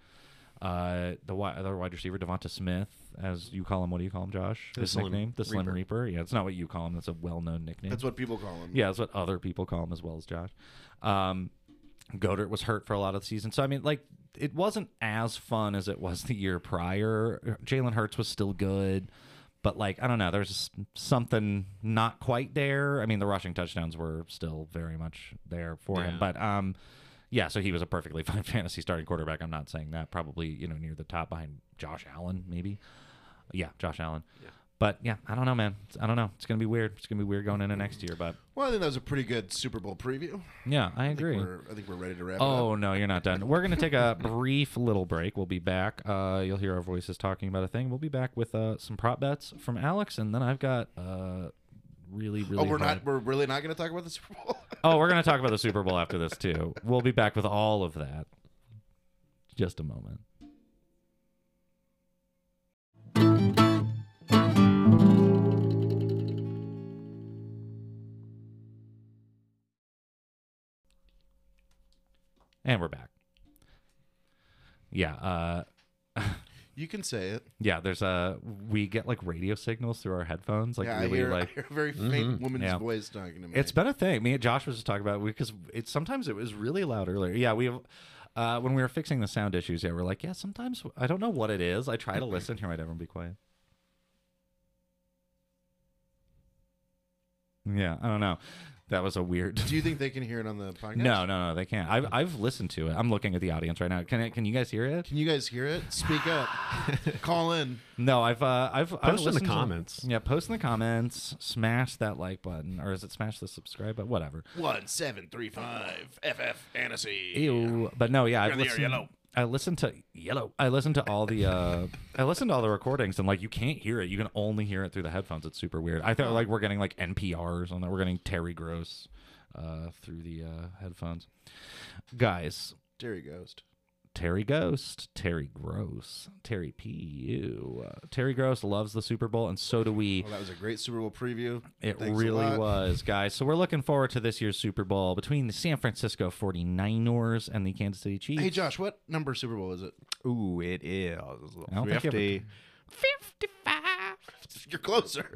Speaker 2: Uh, the wi- other wide receiver Devonta Smith, as you call him, what do you call him, Josh?
Speaker 3: The
Speaker 2: His
Speaker 3: Slim
Speaker 2: nickname, the Slim Reaper.
Speaker 3: Reaper.
Speaker 2: Yeah, it's not what you call him. That's a well-known nickname.
Speaker 4: That's what people call him.
Speaker 2: Yeah, that's what other people call him as well as Josh. Um, Godert was hurt for a lot of the season. So, I mean, like, it wasn't as fun as it was the year prior. Jalen Hurts was still good. But, like, I don't know. There's just something not quite there. I mean, the rushing touchdowns were still very much there for him.
Speaker 3: Yeah.
Speaker 2: But, um, yeah, so he was a perfectly fine fantasy starting quarterback. I'm not saying that. Probably, you know, near the top behind Josh Allen, maybe. Yeah, Josh Allen. Yeah. But yeah, I don't know, man. It's- I don't know. It's gonna be weird. It's gonna be weird going into next year. But
Speaker 4: Well, I think that was a pretty good Super Bowl preview.
Speaker 2: yeah, I
Speaker 4: I think
Speaker 2: agree.
Speaker 4: we're, I think we're ready to wrap. it up.
Speaker 2: Oh no, you're not done. We're gonna take a brief little break. We'll be back. Uh, you'll hear our voices talking about a thing. We'll be back with uh, some prop bets from Alex, and then I've got uh, really, really.
Speaker 4: Oh, we're
Speaker 2: hard.
Speaker 4: not. We're really not going to talk about the Super Bowl.
Speaker 2: Oh, we're gonna talk about the Super Bowl after this too. We'll be back with all of that. Just a moment. And we're back. Yeah, uh,
Speaker 4: you can say it.
Speaker 2: yeah. There's a we get like radio signals through our headphones, like
Speaker 4: yeah, I
Speaker 2: really
Speaker 4: hear,
Speaker 2: like mm-hmm,
Speaker 4: I hear a very faint woman's
Speaker 2: Yeah.
Speaker 4: voice talking to me.
Speaker 2: it's been a thing. Me and Josh was just talking about it because it sometimes it was really loud earlier. Yeah, we have. Uh, when we were fixing the sound issues, yeah, we're like, yeah, sometimes I don't know what it is. I try to listen. Here, might everyone be quiet? Yeah, I don't know. That was a weird.
Speaker 4: Do you think they can hear it on the podcast?
Speaker 2: No, no, no, they can't. I've I've listened to it. I'm looking at the audience right now. Can I, can you guys hear it?
Speaker 4: Can you guys hear it? Speak up. Call in.
Speaker 2: No, I've uh, I've I've
Speaker 3: Post in the
Speaker 2: listened to-
Speaker 3: comments.
Speaker 2: yeah, post in the comments. Smash that like button, or is it smash the subscribe button? Whatever.
Speaker 4: One seven three five FF fantasy.
Speaker 2: Ew. But no, yeah, I
Speaker 4: You're there,
Speaker 2: listened.
Speaker 4: yellow.
Speaker 2: I listened to yellow. I listened to all the uh I listened to all the recordings and like you can't hear it. You can only hear it through the headphones. It's super weird. I thought like we're getting like NPR or something. We're getting Terry Gross uh through the uh headphones. Guys,
Speaker 4: Dairy Ghost.
Speaker 2: Terry Ghost, Terry Gross, Terry P U. Uh, Terry Gross loves the Super Bowl and so do we.
Speaker 4: Well, Oh, that was a great Super Bowl preview.
Speaker 2: It
Speaker 4: Thanks a
Speaker 2: really
Speaker 4: lot.
Speaker 2: was, guys. So we're looking forward to this year's Super Bowl between the San Francisco 49ers and the Kansas City Chiefs.
Speaker 4: Hey Josh, what number Super Bowl is it?
Speaker 3: Ooh, it is.
Speaker 2: don't think you
Speaker 3: Thrifty.
Speaker 4: You're closer.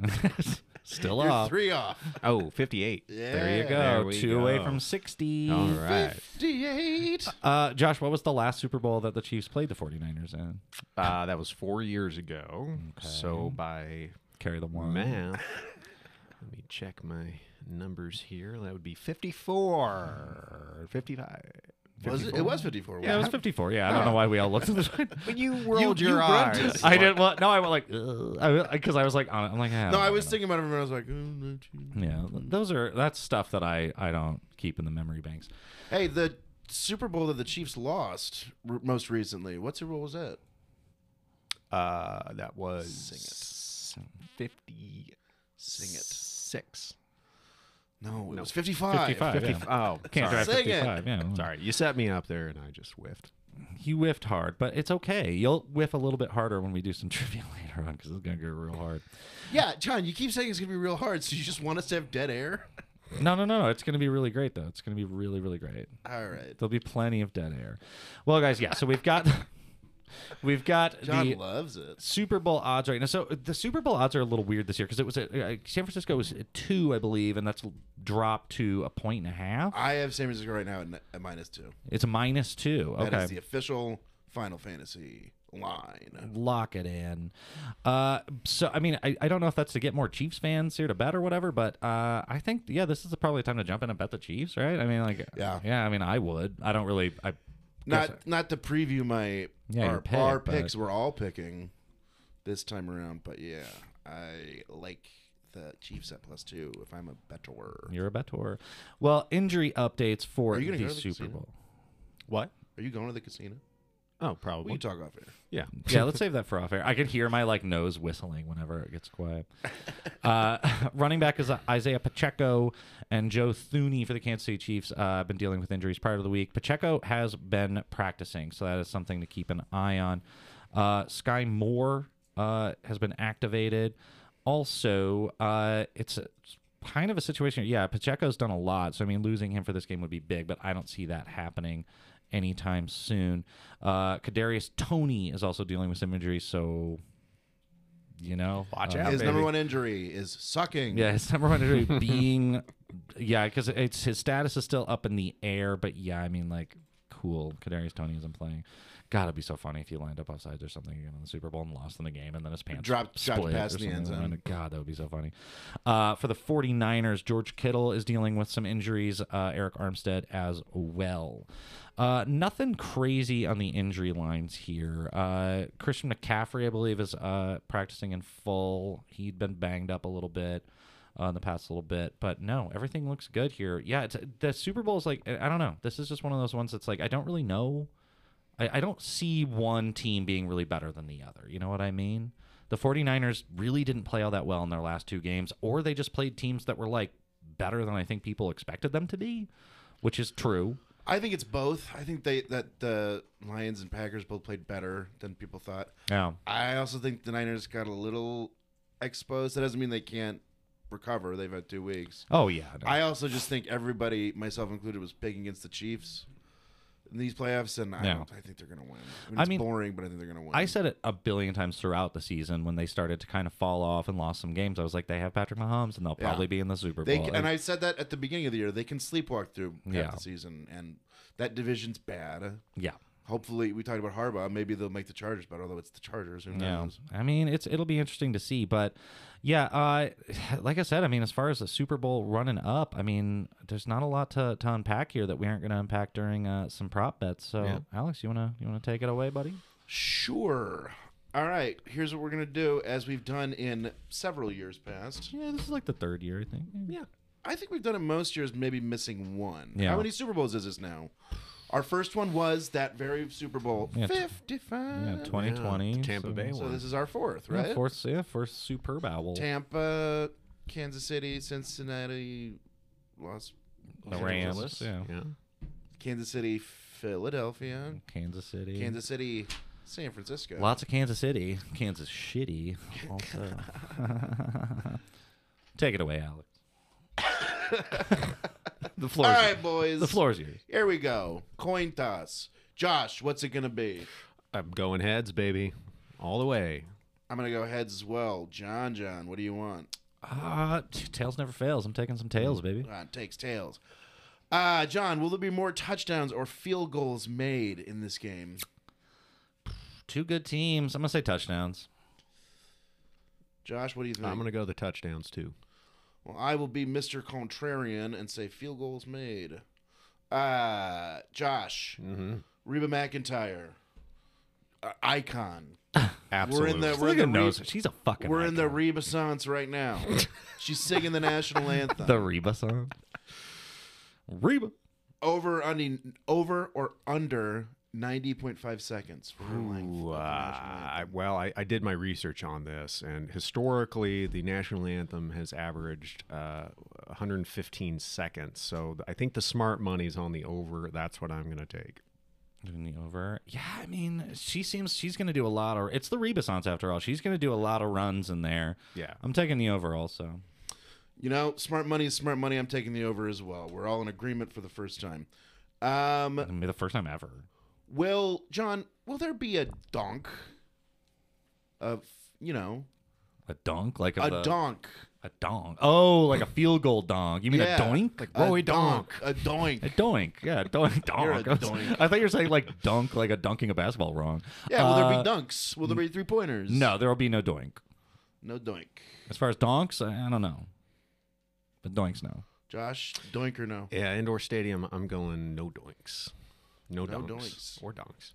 Speaker 2: Still
Speaker 4: You're
Speaker 2: up.
Speaker 4: three off.
Speaker 3: Oh, 58.
Speaker 2: There you go.
Speaker 3: There we
Speaker 2: Two away
Speaker 3: go.
Speaker 2: from 60.
Speaker 3: All right.
Speaker 4: Fifty-eight.
Speaker 2: Uh, Josh, what was the last Super Bowl that the Chiefs played the 49ers in?
Speaker 3: Uh, that was four years ago. So by
Speaker 2: Carry the one.
Speaker 3: math, let me check my numbers here. That would be 54, 55.
Speaker 4: Was it? It was fifty-four.
Speaker 2: Yeah, it was 54. Yeah, I don't know why we all looked at the.
Speaker 3: When you rolled
Speaker 4: you
Speaker 3: your
Speaker 4: grunted.
Speaker 3: eyes.
Speaker 2: I didn't. Well, no, I went like because I, 'cause I was like on it. I'm like ah,
Speaker 4: No, I
Speaker 2: don't
Speaker 4: was
Speaker 2: know.
Speaker 4: thinking about it. and I was like, oh, no, gee.
Speaker 2: Yeah, those are that's stuff that I I don't keep in the memory banks.
Speaker 4: hey, the Super Bowl that the Chiefs lost r- most recently. What Super Bowl was that?
Speaker 3: Uh, that was 50.
Speaker 4: Sing it.
Speaker 3: Six.
Speaker 4: No, it was fifty-five.
Speaker 2: 55. yeah.
Speaker 3: Oh,
Speaker 2: Can't
Speaker 3: sorry.
Speaker 2: drive
Speaker 4: Sing it.
Speaker 2: 55. Yeah.
Speaker 3: sorry. You set me up there and I just whiffed.
Speaker 2: You whiffed hard, but it's okay. You'll whiff a little bit harder when we do some trivia later on because it's gonna get real hard.
Speaker 4: Yeah, John, you keep saying it's gonna be real hard, so you just want us to have dead air.
Speaker 2: No, no, no, no. It's gonna be really great though. It's gonna be really, really great.
Speaker 4: All right,
Speaker 2: There'll be plenty of dead air. Well, guys, yeah. So we've got we've got
Speaker 4: John
Speaker 2: the
Speaker 4: loves it.
Speaker 2: Super Bowl odds right now. So uh, the Super Bowl odds are a little weird this year because it was at, uh, San Francisco was at two, I believe, and that's dropped to a point and a half.
Speaker 4: I have San Francisco right now at, n- at minus two.
Speaker 2: It's a minus two.
Speaker 4: That is
Speaker 2: Okay,
Speaker 4: the official Final Fantasy line.
Speaker 2: lock it in. Uh, so I mean, I, I don't know if that's to get more Chiefs fans here to bet or whatever, but uh, I think yeah, this is the, probably a time to jump in and bet the Chiefs, right? I mean, like
Speaker 4: Yeah.
Speaker 2: yeah. I mean, I would. I don't really. I
Speaker 4: Not not to preview my
Speaker 2: Yeah,
Speaker 4: our,
Speaker 2: your pick,
Speaker 4: our
Speaker 2: but-
Speaker 4: picks. We're all picking this time around, but yeah, I like the Chiefs at plus two. If I'm a bettor,
Speaker 2: you're a bettor. Well, injury updates for
Speaker 4: Are you
Speaker 2: the
Speaker 4: gonna go to the
Speaker 2: Super
Speaker 4: casino?
Speaker 2: Bowl.
Speaker 3: What?
Speaker 4: are you going to the casino?
Speaker 3: Oh,
Speaker 4: We can
Speaker 3: probably.
Speaker 4: talk off here.
Speaker 3: Yeah.
Speaker 2: yeah, let's save that for off air. I can hear my like nose whistling whenever it gets quiet. Uh, running back is Isaiah Pacheco and Joe Thuney for the Kansas City Chiefs. Uh, been dealing with injuries prior to the week. Pacheco has been practicing, so that is something to keep an eye on. Uh, Sky Moore uh, has been activated. Also, uh, it's a- it's kind of a situation. Yeah, Pacheco's done a lot, so I mean, losing him for this game would be big, but I don't see that happening anytime soon. Uh, Kadarius Tony is also dealing with some injuries, so you know,
Speaker 3: Watch
Speaker 2: uh,
Speaker 3: out,
Speaker 4: His number
Speaker 3: baby.
Speaker 4: one injury is sucking.
Speaker 2: Yeah, his number one injury being, yeah, because it's his status is still up in the air, but yeah, I mean, like, cool. Kadarius Tony isn't playing. God, it'd be so funny if he lined up offsides or something again in the Super Bowl and lost in the game, and then his pants
Speaker 4: Dropped- dropped
Speaker 2: split
Speaker 4: past
Speaker 2: or
Speaker 4: the end
Speaker 2: something.
Speaker 4: zone.
Speaker 2: God, that would be so funny. Uh, for the 49ers, George Kittle is dealing with some injuries. Uh, Eric Armstead as well. Uh, nothing crazy on the injury lines here. Uh, Christian McCaffrey, I believe, is uh, practicing in full. He'd been banged up a little bit uh, in the past little bit, but no, everything looks good here. Yeah, it's, the Super Bowl is like I I don't know. This is just one of those ones that's like I don't really know I, I don't see one team being really better than the other. You know what I mean? the 49ers really didn't play all that well in their last two games, or they just played teams that were like better than I think people expected them to be, which is true.
Speaker 4: I think it's both. I think they that the Lions and Packers both played better than people thought.
Speaker 2: Yeah.
Speaker 4: I also think the Niners got a little exposed. That doesn't mean they can't recover. They've had two weeks.
Speaker 2: Oh yeah. no.
Speaker 4: I also just think everybody, myself included, was picking against the Chiefs in these playoffs, and I,
Speaker 2: Yeah.
Speaker 4: don't, I think they're going to win. I mean,
Speaker 2: I
Speaker 4: it's
Speaker 2: mean,
Speaker 4: boring, but I think they're going to win.
Speaker 2: I said it a billion times throughout the season when they started to kind of fall off and lost some games. I was like, they have Patrick Mahomes and they'll
Speaker 4: Yeah.
Speaker 2: probably be in the Super
Speaker 4: they
Speaker 2: Bowl.
Speaker 4: can, and I said that at the beginning of the year. They can sleepwalk through half
Speaker 2: Yeah.
Speaker 4: the season, and that division's bad.
Speaker 2: yeah.
Speaker 4: Hopefully, we talked about Harbaugh. Maybe they'll make the Chargers better, although it's the Chargers. Who
Speaker 2: Yeah.
Speaker 4: knows?
Speaker 2: I mean, it's it'll be interesting to see, but yeah, uh, like I said, I mean, as far as the Super Bowl running up, I mean, there's not a lot to, to unpack here that we aren't going to unpack during uh, some prop bets. So, Alex, you wanna you wanna take it away, buddy?
Speaker 4: Sure. All right. Here's what we're gonna do, as we've done in several years past.
Speaker 2: Yeah, this is like the third year, I think.
Speaker 4: Yeah. I think we've done it most years, maybe missing one.
Speaker 2: Yeah.
Speaker 4: How many Super Bowls is this now? Our first one was that very Super Bowl
Speaker 2: Yeah, tw-
Speaker 4: 55.
Speaker 2: Yeah, 2020
Speaker 3: Yeah, Tampa Bay
Speaker 4: So
Speaker 3: one.
Speaker 4: this is our fourth,
Speaker 2: Yeah,
Speaker 4: right?
Speaker 2: fourth, yeah, first Super Bowl.
Speaker 4: Tampa, Kansas City, Cincinnati, Los,
Speaker 2: the
Speaker 4: Los
Speaker 2: Rams,
Speaker 4: Angeles,
Speaker 2: yeah.
Speaker 3: Yeah.
Speaker 4: Kansas City, Philadelphia,
Speaker 2: Kansas City,
Speaker 4: Kansas City, San Francisco.
Speaker 2: Lots of Kansas City, Kansas shitty. Also, take it away, Alex. the floor.
Speaker 4: All
Speaker 2: is-
Speaker 4: right, boys.
Speaker 2: The floor is yours.
Speaker 4: Here we go. Coin toss. Josh, what's it gonna be?
Speaker 3: I'm going heads, baby. All the way.
Speaker 4: I'm gonna go heads as well. John, John, what do you want?
Speaker 2: Uh, t- tails never fails. I'm taking some tails, baby.
Speaker 4: Ah, it takes tails. Uh, John, will there be more touchdowns or field goals made in this game?
Speaker 2: Two good teams. I'm gonna say touchdowns.
Speaker 4: Josh, what do you think?
Speaker 3: I'm going to go the touchdowns, too.
Speaker 4: Well, I will be Mr. Contrarian and say field goals made. Uh, Josh, Reba McIntyre, uh, icon.
Speaker 3: Absolutely.
Speaker 4: We're in the we're
Speaker 2: Look
Speaker 4: in the
Speaker 2: at nose.
Speaker 4: Reba-
Speaker 2: She's a fucking.
Speaker 4: we're in the
Speaker 2: icon.
Speaker 4: Renaissance right now. She's singing the national anthem.
Speaker 2: the Reba song. Reba.
Speaker 4: over under over or under 90.5 seconds for her length
Speaker 3: Ooh,
Speaker 4: of the national
Speaker 3: uh,
Speaker 4: anthem.
Speaker 3: well, I, I did my research on this, and historically, the national anthem has averaged uh, 115 seconds. So th- I think the smart money's on the over. That's what I'm going to take.
Speaker 2: Doing the over. Yeah, I mean, she seems she's gonna do a lot of. It's the Reba songs after all. She's gonna do a lot of runs in there.
Speaker 3: Yeah.
Speaker 2: I'm taking the over also.
Speaker 4: you know smart money is smart money i'm taking the over as well we're all in agreement for the first time um
Speaker 2: It'll be the first time ever.
Speaker 4: will john will there be a donk of you know
Speaker 2: A donk, like
Speaker 4: a
Speaker 2: of the-
Speaker 4: donk
Speaker 2: a donk. Oh, like a field goal donk. You mean
Speaker 4: Yeah.
Speaker 2: a doink? Like
Speaker 4: a donk a
Speaker 2: A
Speaker 4: donk
Speaker 2: doink. Yeah, a doink. Donk.
Speaker 4: You're a
Speaker 2: I, was-
Speaker 4: doink.
Speaker 2: I thought you were saying like dunk, like a dunking a basketball wrong.
Speaker 4: yeah will there
Speaker 2: Uh,
Speaker 4: be dunks will there be three pointers
Speaker 2: No, there will be no doink.
Speaker 4: no doink
Speaker 2: As far as donks, I, I don't know. But doinks, no.
Speaker 4: josh doink or no
Speaker 3: Yeah, indoor stadium, I'm going no doinks. No,
Speaker 4: No
Speaker 3: donks.
Speaker 4: doinks.
Speaker 3: Or donks.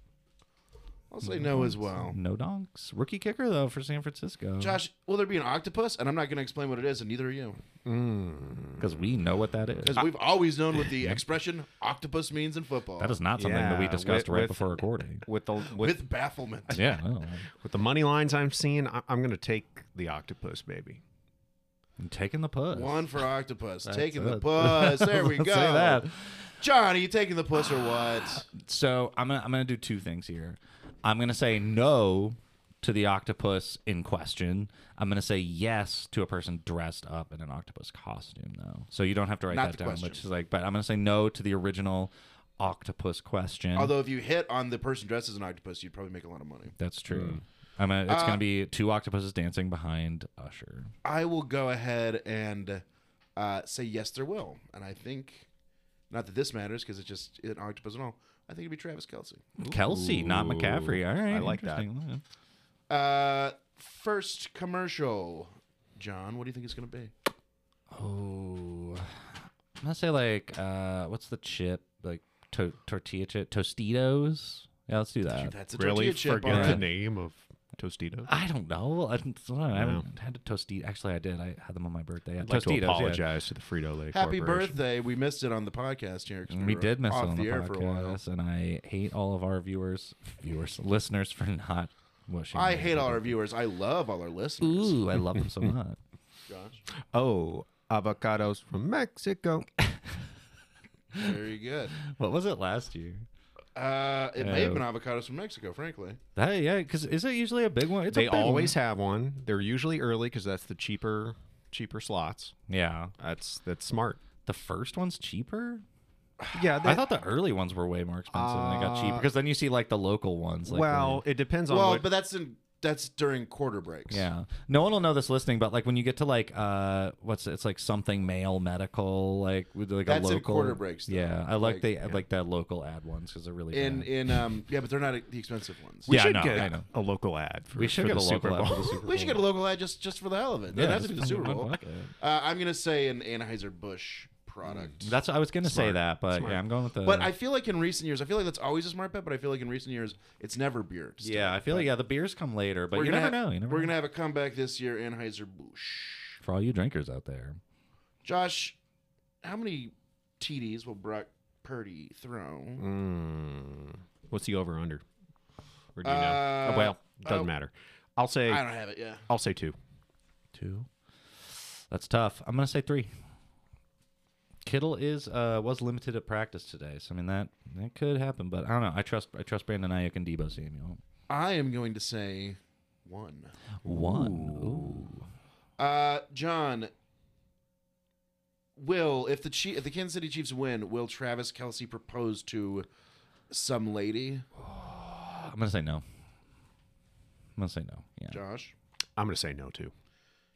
Speaker 4: i'll say no as well
Speaker 2: Mm, No donks. Rookie kicker, though, for San Francisco.
Speaker 4: josh will there be an octopus and i'm not going to explain what it is and neither are you
Speaker 2: Because we know what that is.
Speaker 4: Because we've always known what the expression octopus means in football.
Speaker 2: That is not something that we
Speaker 3: Yeah,
Speaker 2: discussed
Speaker 3: with-
Speaker 2: right
Speaker 3: with-
Speaker 2: before recording.
Speaker 3: With the with, with,
Speaker 4: with bafflement.
Speaker 2: yeah. well,
Speaker 3: the money lines I'm seeing, I, I'm going to take the octopus, baby.
Speaker 2: I'm taking the puss.
Speaker 4: One for octopus,
Speaker 2: That's
Speaker 4: taking the
Speaker 2: it.
Speaker 4: puss. There we
Speaker 2: Say
Speaker 4: go.
Speaker 2: that.
Speaker 4: John, are you taking the puss or what?
Speaker 2: So I'm gonna I'm gonna do two things here. I'm gonna say no to the octopus in question. I'm gonna say yes to a person dressed up in an octopus costume, though. So you don't have to write
Speaker 4: Not
Speaker 2: that
Speaker 4: the
Speaker 2: down,
Speaker 4: question.
Speaker 2: which is like. But I'm gonna say no to the original octopus question.
Speaker 4: Although if you hit on the person dressed as an octopus, you'd probably make a lot of money.
Speaker 2: that's true. I'm gonna, it's gonna be two octopuses dancing behind Usher.
Speaker 4: I will go ahead and uh, say yes, there will. And I think, not that this matters because it's just an octopus and all. I think it'd be Travis Kelsey.
Speaker 2: Kelsey, not
Speaker 3: Ooh.
Speaker 2: McCaffrey. All right,
Speaker 3: I like that.
Speaker 2: interesting.
Speaker 4: Uh, first commercial. John, what do you think it's going to be?
Speaker 2: Oh, I'm gonna say like uh, what's the chip like to- tortilla chip tostitos? Yeah, let's do that.
Speaker 4: That's a
Speaker 3: Really
Speaker 4: tortilla chip.
Speaker 3: forget
Speaker 4: aren't
Speaker 3: the
Speaker 4: it?
Speaker 3: name of Tostitos.
Speaker 2: I don't know. I, didn't- I haven't
Speaker 3: No.
Speaker 2: had a Tostito. Actually, I did. I had them on my birthday.
Speaker 3: I'd like
Speaker 2: Tostitos,
Speaker 3: to
Speaker 2: yeah.
Speaker 3: apologize to the Frito Lay
Speaker 4: Happy
Speaker 3: Corporation.
Speaker 4: birthday. We missed it on the podcast here. 'cause
Speaker 2: We
Speaker 4: were
Speaker 2: did miss it
Speaker 4: off
Speaker 2: on the,
Speaker 4: air
Speaker 2: podcast,
Speaker 4: for a while.
Speaker 2: and I hate all of our viewers, viewers, listeners for not What she
Speaker 4: I
Speaker 2: made.
Speaker 4: hate all our viewers. I love all our listeners.
Speaker 2: Ooh, I love them so much.
Speaker 3: Oh, avocados from Mexico.
Speaker 4: Very good.
Speaker 2: What was it last year?
Speaker 4: Uh, it may have
Speaker 2: Oh.
Speaker 4: been avocados from Mexico, frankly.
Speaker 2: That, yeah, because is it usually a big one? It's a
Speaker 3: they
Speaker 2: big
Speaker 3: always have one. They're usually early because that's the cheaper cheaper slots.
Speaker 2: one. yeah.
Speaker 3: That's that's smart.
Speaker 2: The first one's cheaper.
Speaker 3: Yeah,
Speaker 2: I thought the early ones were way more expensive and they got cheaper
Speaker 3: Uh,
Speaker 2: because then you see like the local ones. Like,
Speaker 3: well, it depends on
Speaker 4: Well,
Speaker 3: what.
Speaker 4: but that's in that's during quarter breaks.
Speaker 2: Yeah. No one will know this listening, but like when you get to like uh what's it's like something male medical like with like
Speaker 4: That's
Speaker 2: a
Speaker 4: in
Speaker 2: local
Speaker 4: quarter breaks, though.
Speaker 2: Yeah, I like,
Speaker 4: Like,
Speaker 2: they like that local ad ones because they're really
Speaker 4: In
Speaker 2: bad.
Speaker 4: in um yeah, but they're not the expensive ones.
Speaker 3: we
Speaker 2: yeah, I
Speaker 3: should
Speaker 2: know,
Speaker 3: get
Speaker 2: I know.
Speaker 3: a local ad. For,
Speaker 2: we should
Speaker 3: for
Speaker 2: get a
Speaker 3: the
Speaker 2: local
Speaker 3: Super
Speaker 2: ad for
Speaker 3: Bowl.
Speaker 2: the Super Bowl.
Speaker 4: We should get a local ad just just for the hell of it.
Speaker 2: Yeah,
Speaker 4: Doesn't have to
Speaker 2: just
Speaker 4: be the Super
Speaker 2: fucking
Speaker 4: Bowl.
Speaker 2: fuck it.
Speaker 4: Uh, I'm gonna say an Anheuser Busch product.
Speaker 2: Mm, That's uh, I was gonna say
Speaker 3: Smart.
Speaker 2: that, but
Speaker 3: Smart.
Speaker 2: yeah, I'm going with the.
Speaker 4: But I feel like in recent years, I feel like that's always a smart bet. But I feel like in recent years, it's never beer. still.
Speaker 2: yeah, I feel like yeah, the beers come later, but
Speaker 4: We're
Speaker 2: you
Speaker 4: gonna
Speaker 2: never
Speaker 4: ha-
Speaker 2: know. You never
Speaker 4: we're
Speaker 2: know.
Speaker 4: gonna have a comeback this year, Anheuser Busch.
Speaker 2: for all you drinkers out there.
Speaker 4: Josh, how many TDs will Brock Purdy throw?
Speaker 3: Mm. What's the over under? Or do you know?
Speaker 4: Uh,
Speaker 3: well, doesn't
Speaker 4: oh.
Speaker 3: matter. I'll say
Speaker 4: I don't have it. Yeah,
Speaker 3: I'll say two.
Speaker 2: Two. That's tough. I'm gonna say three. Kittle is uh was limited at practice today, so I mean that that could happen, but I don't know. I trust I trust Brandon Ayuk and Debo Samuel.
Speaker 4: I am going to say one.
Speaker 2: One.
Speaker 4: Uh, John. Will if the Chie- if the Kansas City Chiefs win, will Travis Kelsey propose to some lady?
Speaker 2: I'm gonna say no. I'm gonna say no. Yeah.
Speaker 4: Josh
Speaker 3: I'm gonna say no too.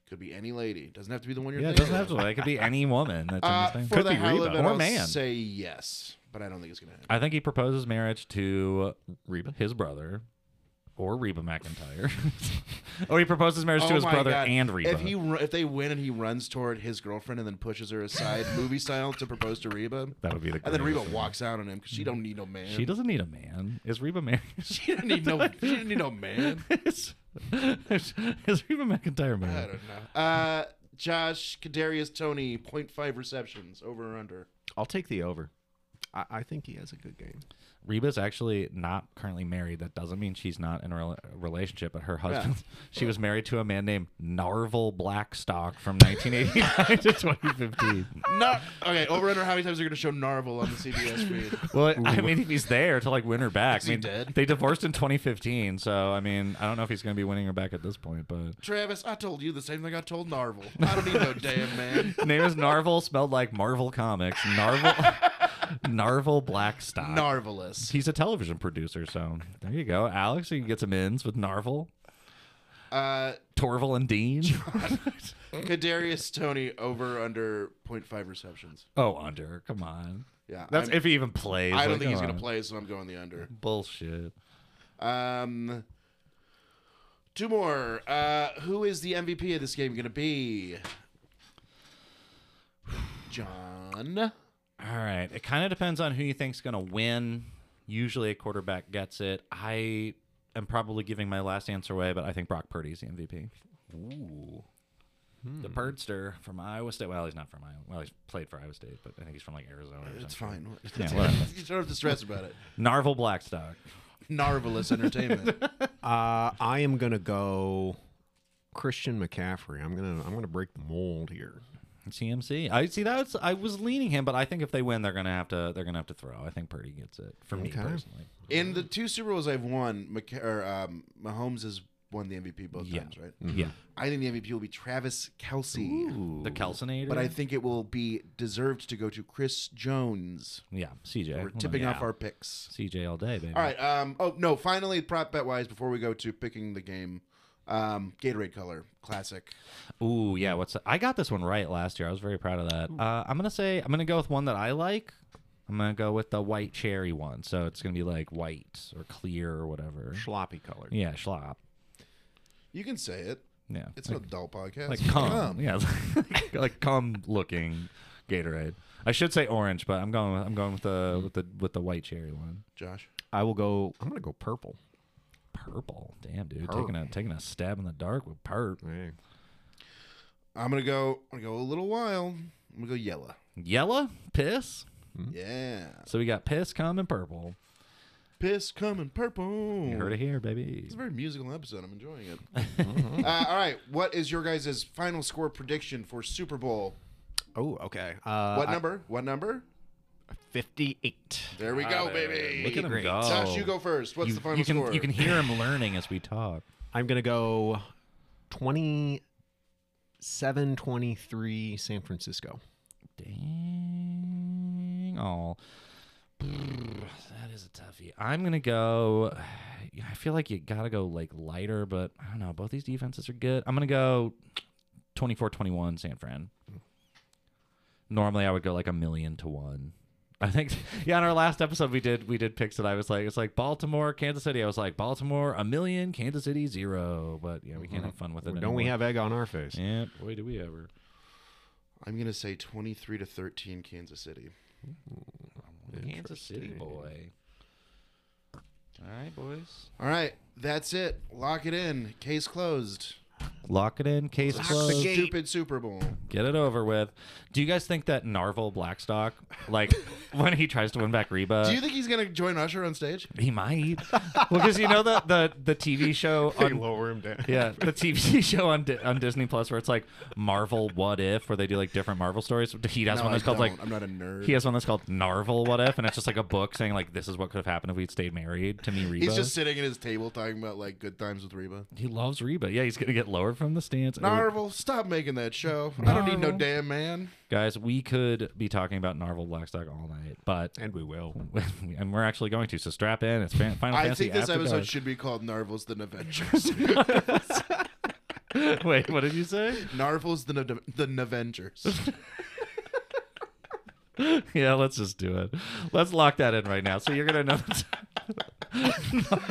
Speaker 4: could be any lady. Doesn't have to be the one you're.
Speaker 2: Yeah, it
Speaker 4: thinking
Speaker 2: doesn't
Speaker 4: of.
Speaker 2: have to. It could be any woman. That's
Speaker 4: Uh,
Speaker 2: in this
Speaker 4: for
Speaker 2: thing.
Speaker 4: the hell of
Speaker 3: Reba.
Speaker 4: it,
Speaker 2: Or
Speaker 4: I'll
Speaker 2: man.
Speaker 4: say yes, but I don't think it's gonna happen.
Speaker 2: I think he proposes marriage to
Speaker 3: Reba.
Speaker 2: his brother or Reba McIntyre, or he proposes marriage to
Speaker 4: Oh
Speaker 2: his
Speaker 4: my
Speaker 2: brother
Speaker 4: God.
Speaker 2: and Reba.
Speaker 4: If he ru- if they win and he runs toward his girlfriend and then pushes her aside, movie style, to propose to Reba,
Speaker 2: that would be the.
Speaker 4: and then Reba
Speaker 2: greatest thing.
Speaker 4: walks out on him because she don't need no man.
Speaker 2: She doesn't need a man. Is Reba married?
Speaker 4: She don't need no. She don't need no man.
Speaker 2: is, is Reba McIntyre
Speaker 4: I
Speaker 2: married?
Speaker 4: don't know. Uh, Josh Kadarius Tony 0.5 receptions over or under.
Speaker 3: I'll take the over. I, I think he has a good game.
Speaker 2: Reba's actually not currently married. That doesn't mean she's not in a rela- relationship, but her husband, she was married to a man named Narvel Blackstock from 1989 to 2015.
Speaker 4: No. Okay. Over under. How many times are going to show Narvel on the CBS feed?
Speaker 2: Well, I mean, if he's there to like win her back,
Speaker 4: Is
Speaker 2: I
Speaker 4: he
Speaker 2: mean,
Speaker 4: dead?
Speaker 2: they divorced in 2015, so I mean, I don't know if he's going to be winning her back at this point, but.
Speaker 4: Travis, I told you the same thing I told Narvel. I don't need no damn man.
Speaker 2: Name is Narvel, spelled like Marvel Comics. Narvel, Narvel Blackstock.
Speaker 4: Narvelous.
Speaker 2: He's a television producer, so there you go. Alex, you can get some ins with Narvel,
Speaker 4: Uh,
Speaker 2: Torval, and Dean.
Speaker 4: Kadarius Tony over under 0.5 receptions.
Speaker 2: oh, under. Come on.
Speaker 4: Yeah,
Speaker 2: That's
Speaker 4: I'm-
Speaker 2: if he even plays.
Speaker 4: I
Speaker 2: like,
Speaker 4: don't think he's
Speaker 2: come
Speaker 4: going to
Speaker 2: on.
Speaker 4: play, so I'm going the under.
Speaker 2: Bullshit.
Speaker 4: Um, two more. Uh, who is the MVP of this game going to be? John.
Speaker 2: All right. It kind of depends on who you think's going to win. Usually a quarterback gets it. I am probably giving my last answer away, but I think Brock Purdy's the MVP. Ooh. Hmm. The Birdster from Iowa State. Well, he's not from Iowa. Well, he's played for Iowa State, but I think he's from like Arizona. Or
Speaker 4: It's
Speaker 2: something.
Speaker 4: fine.
Speaker 2: Yeah, whatever.
Speaker 4: you don't have to stress about it.
Speaker 2: Narvel Blackstock.
Speaker 4: Narvelous entertainment.
Speaker 3: Uh, I am gonna go Christian McCaffrey. I'm gonna I'm gonna break the mold here.
Speaker 2: CMC. I see that's I was leaning him, but I think if they win, they're gonna have to they're gonna have to throw. I think Purdy gets it for me
Speaker 3: Okay.
Speaker 2: personally.
Speaker 4: In the two Super Bowls I've won, McC- or, um, Mahomes has won the MVP both
Speaker 2: Yeah. Mm-hmm.
Speaker 4: times, right?
Speaker 2: Yeah,
Speaker 4: I think the MVP will be Travis Kelsey.
Speaker 2: the Kelsonator.
Speaker 4: But I think it will be deserved to go to Chris Jones.
Speaker 2: yeah, CJ.
Speaker 4: We're
Speaker 2: Well,
Speaker 4: tipping
Speaker 2: yeah.
Speaker 4: off our picks.
Speaker 2: CJ all day, baby.
Speaker 4: All right. Um. Oh no. Finally, prop bet wise, before we go to picking the game, um, Gatorade color, classic.
Speaker 2: Ooh, yeah. What's I got this one right last year. I was very proud of that. Uh, I'm gonna say I'm gonna go with one that I like. I'm gonna go with the white cherry one. So it's gonna be like white or clear or whatever.
Speaker 3: Sloppy color.
Speaker 2: Yeah, schlop.
Speaker 4: You can say it.
Speaker 2: Yeah,
Speaker 4: It's
Speaker 2: like,
Speaker 4: an adult podcast.
Speaker 2: like cum. Yeah, like, like cum looking Gatorade. I should say orange, but I'm going. With, I'm going with the
Speaker 4: Mm-hmm.
Speaker 2: with the with the white cherry one.
Speaker 4: Josh.
Speaker 3: I will go. I'm gonna go purple.
Speaker 2: Purple. Damn, dude,
Speaker 3: Purple.
Speaker 2: taking a taking a stab in the dark with perp.
Speaker 3: Hey.
Speaker 4: I'm gonna go. I'm gonna go a little wild. I'm gonna go yellow.
Speaker 2: Yellow piss.
Speaker 4: Yeah.
Speaker 2: So we got piss, cum, and purple.
Speaker 4: piss coming purple.
Speaker 2: You heard it here, baby.
Speaker 4: It's a very musical episode. I'm enjoying it. uh, all right, what is your guys' final score prediction for Super Bowl?
Speaker 3: Oh, okay. Uh,
Speaker 4: What
Speaker 3: I-
Speaker 4: number? What number?
Speaker 3: 58.
Speaker 4: There we go, baby.
Speaker 2: Look at him
Speaker 3: Great.
Speaker 2: go.
Speaker 4: Josh, you go first. What's
Speaker 2: You-
Speaker 4: the final
Speaker 2: you can,
Speaker 4: score?
Speaker 2: You can hear him learning as we talk.
Speaker 3: I'm going to go 27 23 San Francisco.
Speaker 2: Dang. Oh. That is a toughie. I'm gonna go. I feel like you gotta go like lighter, but I don't know. Both these defenses are good. I'm gonna go 24-21 San Fran. Normally, I would go like a million to one. I think yeah. On our last episode, we did we did picks that I was like it's like Baltimore, Kansas City. I was like Baltimore a million, Kansas City zero. But yeah, we can't have fun with it.
Speaker 3: Mm-hmm. Don't we
Speaker 2: anymore.
Speaker 3: have egg on our face?
Speaker 2: Yeah, boy, do we ever.
Speaker 4: I'm gonna say 23 to 13, Kansas City.
Speaker 2: Kansas City boy. All right, boys.
Speaker 4: All right, that's it. Lock it in. Case closed.
Speaker 2: Lock it in, case closed.
Speaker 4: Stupid Super Bowl.
Speaker 2: Get it over with. Do you guys think that Narvel Blackstock, like when he tries to win back Reba,
Speaker 4: Do you think he's gonna join Usher on stage?
Speaker 2: he might? well, because you know the, the the TV show on
Speaker 3: lower him down.
Speaker 2: yeah the TV show on Di- on Disney Plus where it's like Marvel What If, where they do like different Marvel stories. He does
Speaker 4: No,
Speaker 2: one
Speaker 4: I
Speaker 2: that's called like
Speaker 4: don't. I'm not a nerd.
Speaker 2: he has one that's called Narvel What If, and it's just like a book saying like this is what could have happened if we'd stayed married to me Reba.
Speaker 4: He's just sitting at his table talking about like good times with Reba.
Speaker 2: He loves Reba. Yeah, he's gonna get lowered from the stance. It would-
Speaker 4: Marvel, stop making that show. I don't need no
Speaker 2: Narvel.
Speaker 4: damn man.
Speaker 2: Guys, we could be talking about Narvel Blackstock all night, but
Speaker 3: And we will.
Speaker 2: and we're actually going to. So strap in. It's Fan- Final
Speaker 4: I
Speaker 2: Fantasy.
Speaker 4: think this
Speaker 2: After
Speaker 4: episode
Speaker 2: Dark.
Speaker 4: should be called Narvel's the Avengers.
Speaker 2: Wait, what did you say?
Speaker 4: Narvel's the Nav- the Avengers.
Speaker 2: yeah, let's just do it. Let's lock that in right now. So you're gonna know.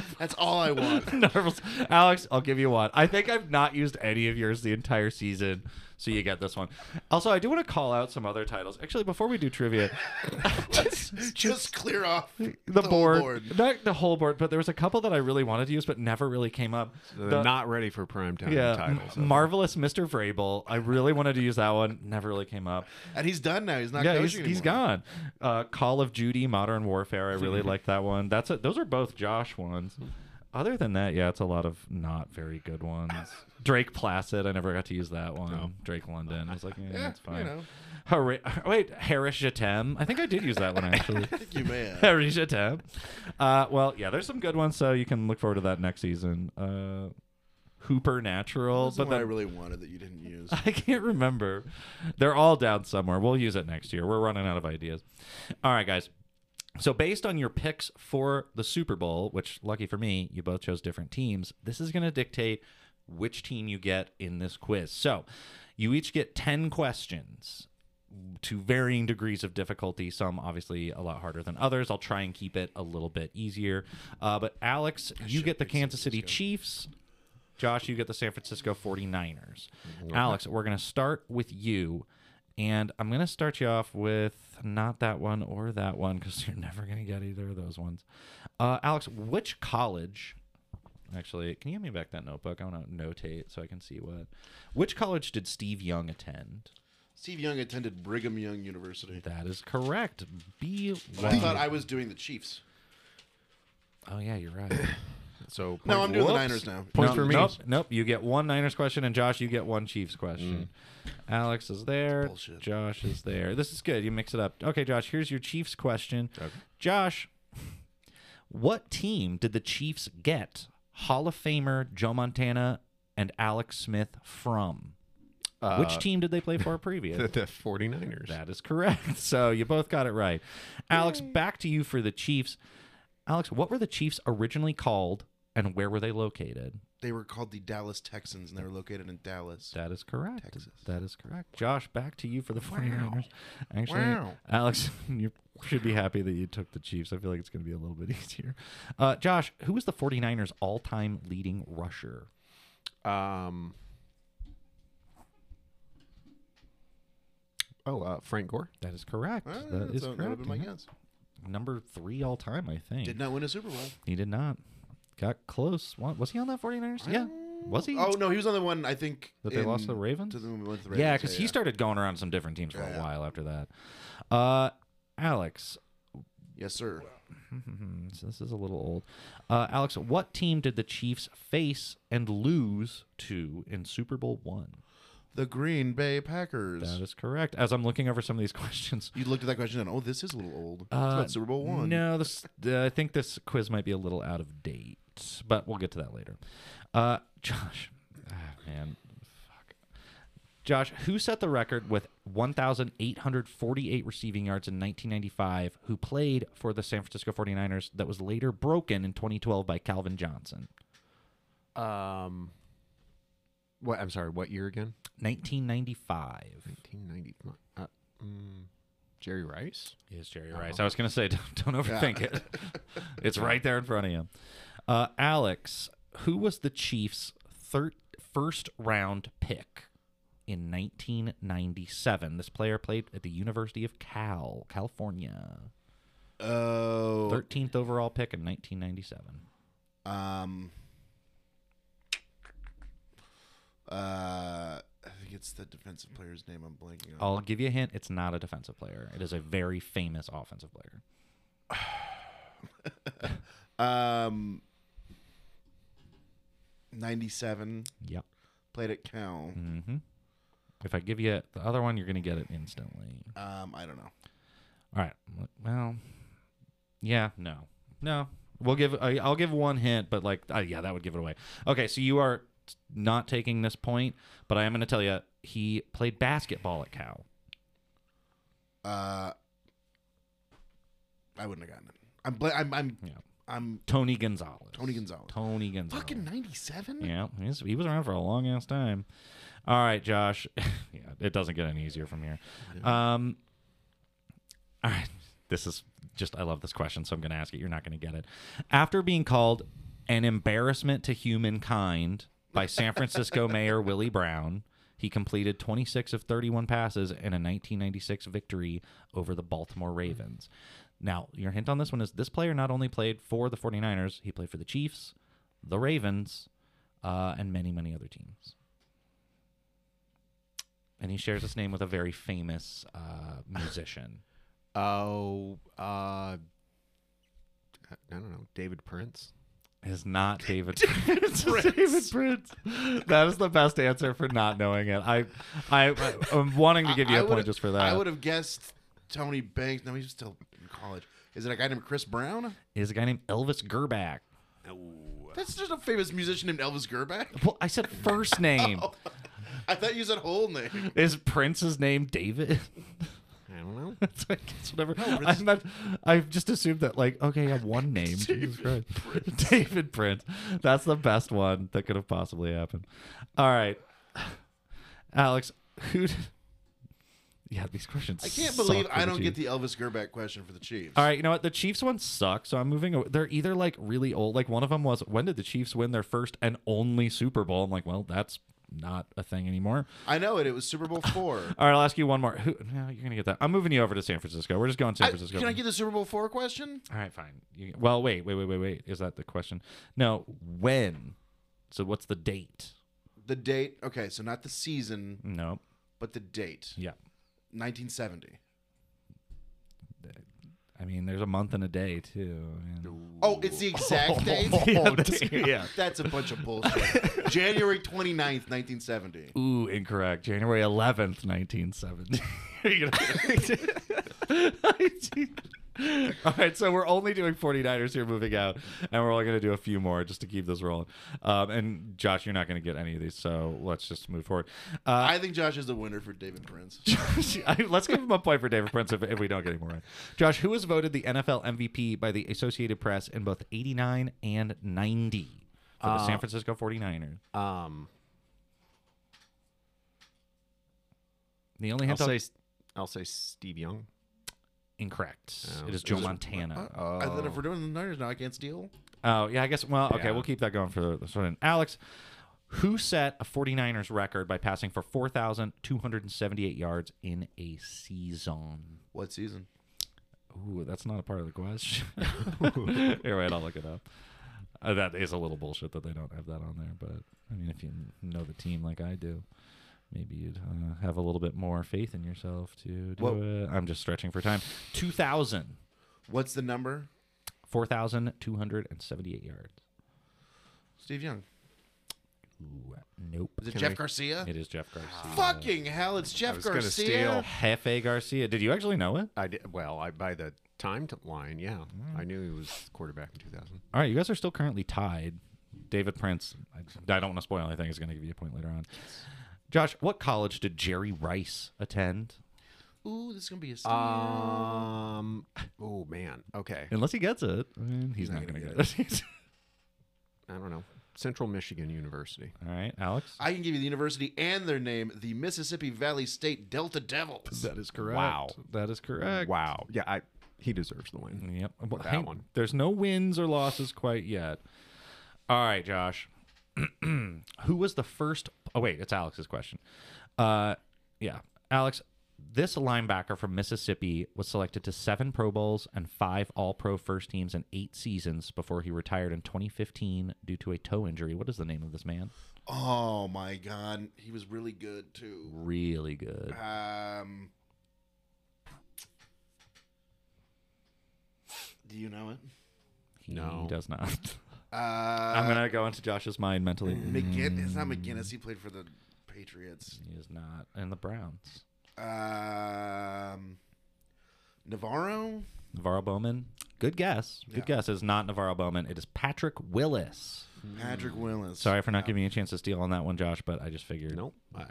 Speaker 4: That's all I want.
Speaker 2: Narvel's Alex, I'll give you one. I think I've not used any of yours the entire season, so you get this one. Also, I do want to call out some other titles. Actually, before we do trivia,
Speaker 4: Just clear off the,
Speaker 2: the,
Speaker 4: whole
Speaker 2: board, not the whole board, but there was a couple that I really wanted to use but never really came up.
Speaker 3: They're
Speaker 2: The-
Speaker 3: not ready for primetime
Speaker 2: yeah,
Speaker 3: titles.
Speaker 2: M- marvelous Mr. Vrabel. I really wanted to use that one. Never really came up.
Speaker 4: And he's done now. He's not
Speaker 2: yeah,
Speaker 4: coaching
Speaker 2: he's, he's
Speaker 4: anymore.
Speaker 2: gone. Uh, Call of Duty, Modern Warfare. I really like that one. That's a, those are both Josh ones. Other than that, yeah, it's a lot of not very good ones. Drake Placid. I never got to use that one. Drake London. I was like, yeah,
Speaker 4: Yeah,
Speaker 2: that's fine.
Speaker 4: you know.
Speaker 2: Hara- wait, Harris Jatem. I think I did use that one actually.
Speaker 4: You man.
Speaker 2: Harris Jatem. Uh, well, yeah, there's some good ones, so you can look forward to that next season. Uh, Hooper Natural,
Speaker 4: That's the
Speaker 2: but
Speaker 4: one I
Speaker 2: then
Speaker 4: really wanted that you didn't use.
Speaker 2: I can't remember. They're all down somewhere. We'll use it next year. We're running out of ideas. All right, guys. So, based on your picks for the Super Bowl, which lucky for me, you both chose different teams, this is going to dictate which team you get in this quiz. So, you each get 10 questions to varying degrees of difficulty. Some obviously a lot harder than others. I'll try and keep it a little bit easier. Uh, but, Alex, you get the Kansas City Chiefs. Josh, you get the San Francisco 49ers. Alex, we're going to start with you. And I'm going to start you off with not that one or that one because you're never going to get either of those ones. Uh, Alex, which college, actually, can you hand me back that notebook? I want to notate so I can see what. Which college did Steve Young attend?
Speaker 4: Steve Young attended Brigham Young University.
Speaker 2: That is correct. B.
Speaker 4: I thought I was doing the Chiefs.
Speaker 2: Oh, yeah, you're right.
Speaker 3: So
Speaker 4: No,
Speaker 3: point-
Speaker 4: I'm doing the
Speaker 3: whoops.
Speaker 4: Niners now.
Speaker 3: Point
Speaker 2: No,
Speaker 3: for me.
Speaker 2: Nope, nope. You get one Niners question, and Josh, you get one Chiefs question.
Speaker 3: Mm.
Speaker 2: Alex is there.
Speaker 4: Bullshit.
Speaker 2: Josh is there. This is good. You mix it up. Okay, Josh, here's your Chiefs question. Josh, what team did the Chiefs get Hall of Famer Joe Montana and Alex Smith from? Which team did they play for
Speaker 3: Uh, The,
Speaker 2: previous?
Speaker 3: the 49ers.
Speaker 2: That is correct. So you both got it right. Alex, back to you for the Chiefs. Alex, what were the Chiefs originally called and where were they located?
Speaker 4: They were called the Dallas Texans, and they were located in Dallas.
Speaker 2: That is correct.
Speaker 4: Texas.
Speaker 2: That is correct. Josh, back to you for the 49ers. Actually,
Speaker 4: Wow.
Speaker 2: Alex, you should be happy that you took the Chiefs. I feel like it's going to be a little bit easier. Uh, Josh, who was the 49ers all time leading rusher?
Speaker 3: Um. Oh, uh, Frank Gore.
Speaker 2: That is correct.
Speaker 4: Ah,
Speaker 2: that is
Speaker 4: so
Speaker 2: correct.
Speaker 4: that would've been my
Speaker 2: yeah.
Speaker 4: guess.
Speaker 2: Number three all time, I think.
Speaker 4: Did not win a Super Bowl.
Speaker 2: He did not. Got close. Wa- Was he on that 49ers? Yeah. Was he?
Speaker 4: Oh no, he was on the one I think
Speaker 2: That they lost
Speaker 4: in-
Speaker 2: to the Ravens?
Speaker 4: To the, one with the Ravens.
Speaker 2: Yeah, because he started going around some different teams for a
Speaker 4: Yeah.
Speaker 2: while after that. Uh, Alex,
Speaker 4: Yes, sir.
Speaker 2: Hmm, so this is a little old. Uh, Alex, what team did the Chiefs face and lose to in Super Bowl One?
Speaker 4: The Green Bay Packers.
Speaker 2: That is correct. As I'm looking over some of these questions,
Speaker 4: you looked at that question and oh, this is a little old. it's
Speaker 2: Uh,
Speaker 4: about Super Bowl one.
Speaker 2: No, this, uh, I think this quiz might be a little out of date, but we'll get to that later. Uh, Josh, ah, man, fuck. Josh, who set the record with 1,848 receiving yards in 1995, who played for the San Francisco 49ers that was later broken in 2012 by Calvin Johnson?
Speaker 3: Um, what? I'm sorry. What year again?
Speaker 2: 1995.
Speaker 3: 1990. Uh, mm, Jerry Rice.
Speaker 2: Is Jerry Rice. I was going to say, don't, don't overthink it. It's right there in front of you. Uh, Alex, who was the Chiefs' thir- first round pick in 1997? This player played at the University of Cal, California.
Speaker 4: Oh.
Speaker 2: 13th overall pick in 1997.
Speaker 4: Um. Uh, I think it's the defensive player's name. I'm blanking on.
Speaker 2: I'll give you a hint. It's not a defensive player. It is a very famous offensive player.
Speaker 4: Um. Ninety-seven
Speaker 2: Yep.
Speaker 4: played at Cal.
Speaker 2: hmm If I give you the other one, you're going to get it instantly.
Speaker 4: Um, I don't know.
Speaker 2: All right. w- Well, yeah, no, no. We'll give. I, I'll give one hint, but like, uh, yeah, that would give it away. Okay, so you are t- not taking this point, but I am going to tell you he played basketball at Cal.
Speaker 4: Uh, I wouldn't have gotten it. I'm. Bl- I'm. I'm.
Speaker 2: Yeah,
Speaker 4: I'm
Speaker 2: Tony Gonzalez.
Speaker 4: Tony Gonzalez.
Speaker 2: Tony Gonzalez.
Speaker 4: Fucking ninety-seven.
Speaker 2: Yeah, he's, he was around for a long ass time. All right, Josh. yeah, it doesn't get any easier from here. Um, all right, this is just I love this question, so I'm going to ask it. You're not going to get it. After being called an embarrassment to humankind by San Francisco Mayor Willie Brown, he completed 26 of 31 passes in a 1996 victory over the Baltimore Ravens. Now, your hint on this one is this player not only played for the 49ers, he played for the Chiefs, the Ravens, uh, and many, many other teams. And he shares his name with a very famous uh, musician.
Speaker 3: Oh, uh, I don't know. David Prince.
Speaker 2: Is not David Prince. David Prince. That is the best answer for not knowing it. I, I, uh, I'm wanting to give you
Speaker 4: I
Speaker 2: a
Speaker 4: would've-
Speaker 2: point just for that.
Speaker 4: I would have guessed Tony Banks. No, he's still in college. Is it a guy named Chris Brown?
Speaker 2: Is a guy named Elvis Gerback.
Speaker 4: That's just a famous musician named Elvis Gerback.
Speaker 2: Well, I said first name.
Speaker 4: Oh. I thought you said whole name.
Speaker 2: Is Prince's name David?
Speaker 3: I don't know.
Speaker 2: That's like it's whatever. I'm not, I've just assumed that like okay, I have one name. Jesus Christ, David Prince. That's the best one that could have possibly happened. All right, Alex, who? Did, yeah, these questions.
Speaker 4: I can't believe
Speaker 2: suck for
Speaker 4: I don't get
Speaker 2: Chiefs.
Speaker 4: the Elvis Gerback question for the Chiefs.
Speaker 2: All right, you know what? The Chiefs one sucks, so I'm moving. Away. They're either like really old. Like one of them was when did the Chiefs win their first and only Super Bowl? I'm like, well, that's not a thing anymore.
Speaker 4: I know it. It was Super Bowl four.
Speaker 2: All right, I'll ask you one more. Who? No, you're gonna get that. I'm moving you over to San Francisco. We're just going San
Speaker 4: I-
Speaker 2: Francisco.
Speaker 4: can I get the Super Bowl four question?
Speaker 2: All right, fine. You, well, wait, wait, wait, wait, wait. Is that the question? No, when? So what's the date?
Speaker 4: The date. Okay, so not the season,
Speaker 2: No.
Speaker 4: but the date.
Speaker 2: Yeah.
Speaker 4: 1970.
Speaker 2: I mean, there's a month and a day too. I mean-
Speaker 4: Oh, it's the exact date.
Speaker 2: Yeah, that's- yeah.
Speaker 4: That's a bunch of bullshit. January 29th, 1970.
Speaker 2: Ooh, incorrect. January 11th, 1970. Are you gonna- all right, so we're only doing 49ers here moving out, and we're only going to do a few more just to keep this rolling. Um, and Josh, you're not going to get any of these, so let's just move forward. Uh,
Speaker 4: I think Josh is the winner for David Prince.
Speaker 2: I- Let's give him a point for David Prince if, if we don't get any more right. Josh, who was voted the NFL MVP by the Associated Press in both 89 and 90 for
Speaker 3: Uh,
Speaker 2: the San Francisco 49ers?
Speaker 3: Um,
Speaker 2: The only
Speaker 3: I'll
Speaker 2: hint I'll
Speaker 3: say I'll say Steve Young.
Speaker 2: incorrect.
Speaker 3: Oh,
Speaker 2: it is
Speaker 3: it
Speaker 2: Joe
Speaker 3: was-
Speaker 2: Montana.
Speaker 3: Oh,
Speaker 4: I thought if we're doing the Niners now, I can't steal.
Speaker 2: Oh, yeah, I guess. Well, okay,
Speaker 3: Yeah.
Speaker 2: we'll keep that going for this one. Alex, who set a 49ers record by passing for 4,278 yards in a season?
Speaker 4: What season?
Speaker 2: Ooh, that's not a part of the question. Here, wait, I'll look it up. Uh, that is a little bullshit that they don't have that on there, but I mean, if you know the team like I do, maybe you'd uh, have a little bit more faith in yourself to do
Speaker 4: Well-
Speaker 2: it. I'm just stretching for time. 2000.
Speaker 4: What's the number?
Speaker 2: 4,278 yards.
Speaker 4: Steve Young.
Speaker 2: Ooh, nope.
Speaker 4: Is it Jeff Garcia?
Speaker 2: It Uh, is Jeff Garcia.
Speaker 4: Fucking hell, it's Jeff
Speaker 3: was gonna
Speaker 4: Garcia.
Speaker 3: steal.
Speaker 2: Hefe Garcia. Did you actually know it?
Speaker 3: I did, well, I by the timeline, yeah,
Speaker 2: Mm.
Speaker 3: I knew he was quarterback in 2000.
Speaker 2: All right, you guys are still currently tied. David Prince, I, I don't want to spoil anything. He's going to give you a point later on. Josh, what college did Jerry Rice attend?
Speaker 4: Ooh, this is gonna be a steal.
Speaker 3: Uh, Um. Oh man. Okay.
Speaker 2: Unless he gets it, I mean, he's not going to get it.
Speaker 3: I don't know. Central Michigan University.
Speaker 2: All right, Alex.
Speaker 4: I can give you the university and their name, the Mississippi Valley State Delta Devils.
Speaker 2: That is correct.
Speaker 3: Wow.
Speaker 2: That is correct.
Speaker 3: Wow. Yeah. I. He deserves the win.
Speaker 2: Yep. Well,
Speaker 3: That
Speaker 2: hang-
Speaker 3: one.
Speaker 2: There's no wins or losses quite yet. All right, Josh. Who was the first? Oh wait, it's Alex's question. Uh, yeah, Alex. This linebacker from Mississippi was selected to seven Pro Bowls and five All Pro first teams in eight seasons before he retired in 2015 due to a toe injury. What is the name of this man?
Speaker 4: Oh my god, he was really good too.
Speaker 2: Really good.
Speaker 4: Um, do you know it?
Speaker 2: He
Speaker 3: No.
Speaker 2: does not.
Speaker 4: Uh, mm.
Speaker 2: I'm gonna go into Josh's mind mentally.
Speaker 4: McGin- it's not McGinnis. He played for the Patriots.
Speaker 2: He is not in the Browns.
Speaker 4: Um, Navarro.
Speaker 2: Navarro Bowman. Good guess. Good guess. It's not Navarro Bowman. It is Patrick Willis.
Speaker 4: Patrick Willis.
Speaker 2: Hmm. Sorry for not giving you a chance to steal on that one, Josh, but I just figured.
Speaker 3: Nope. I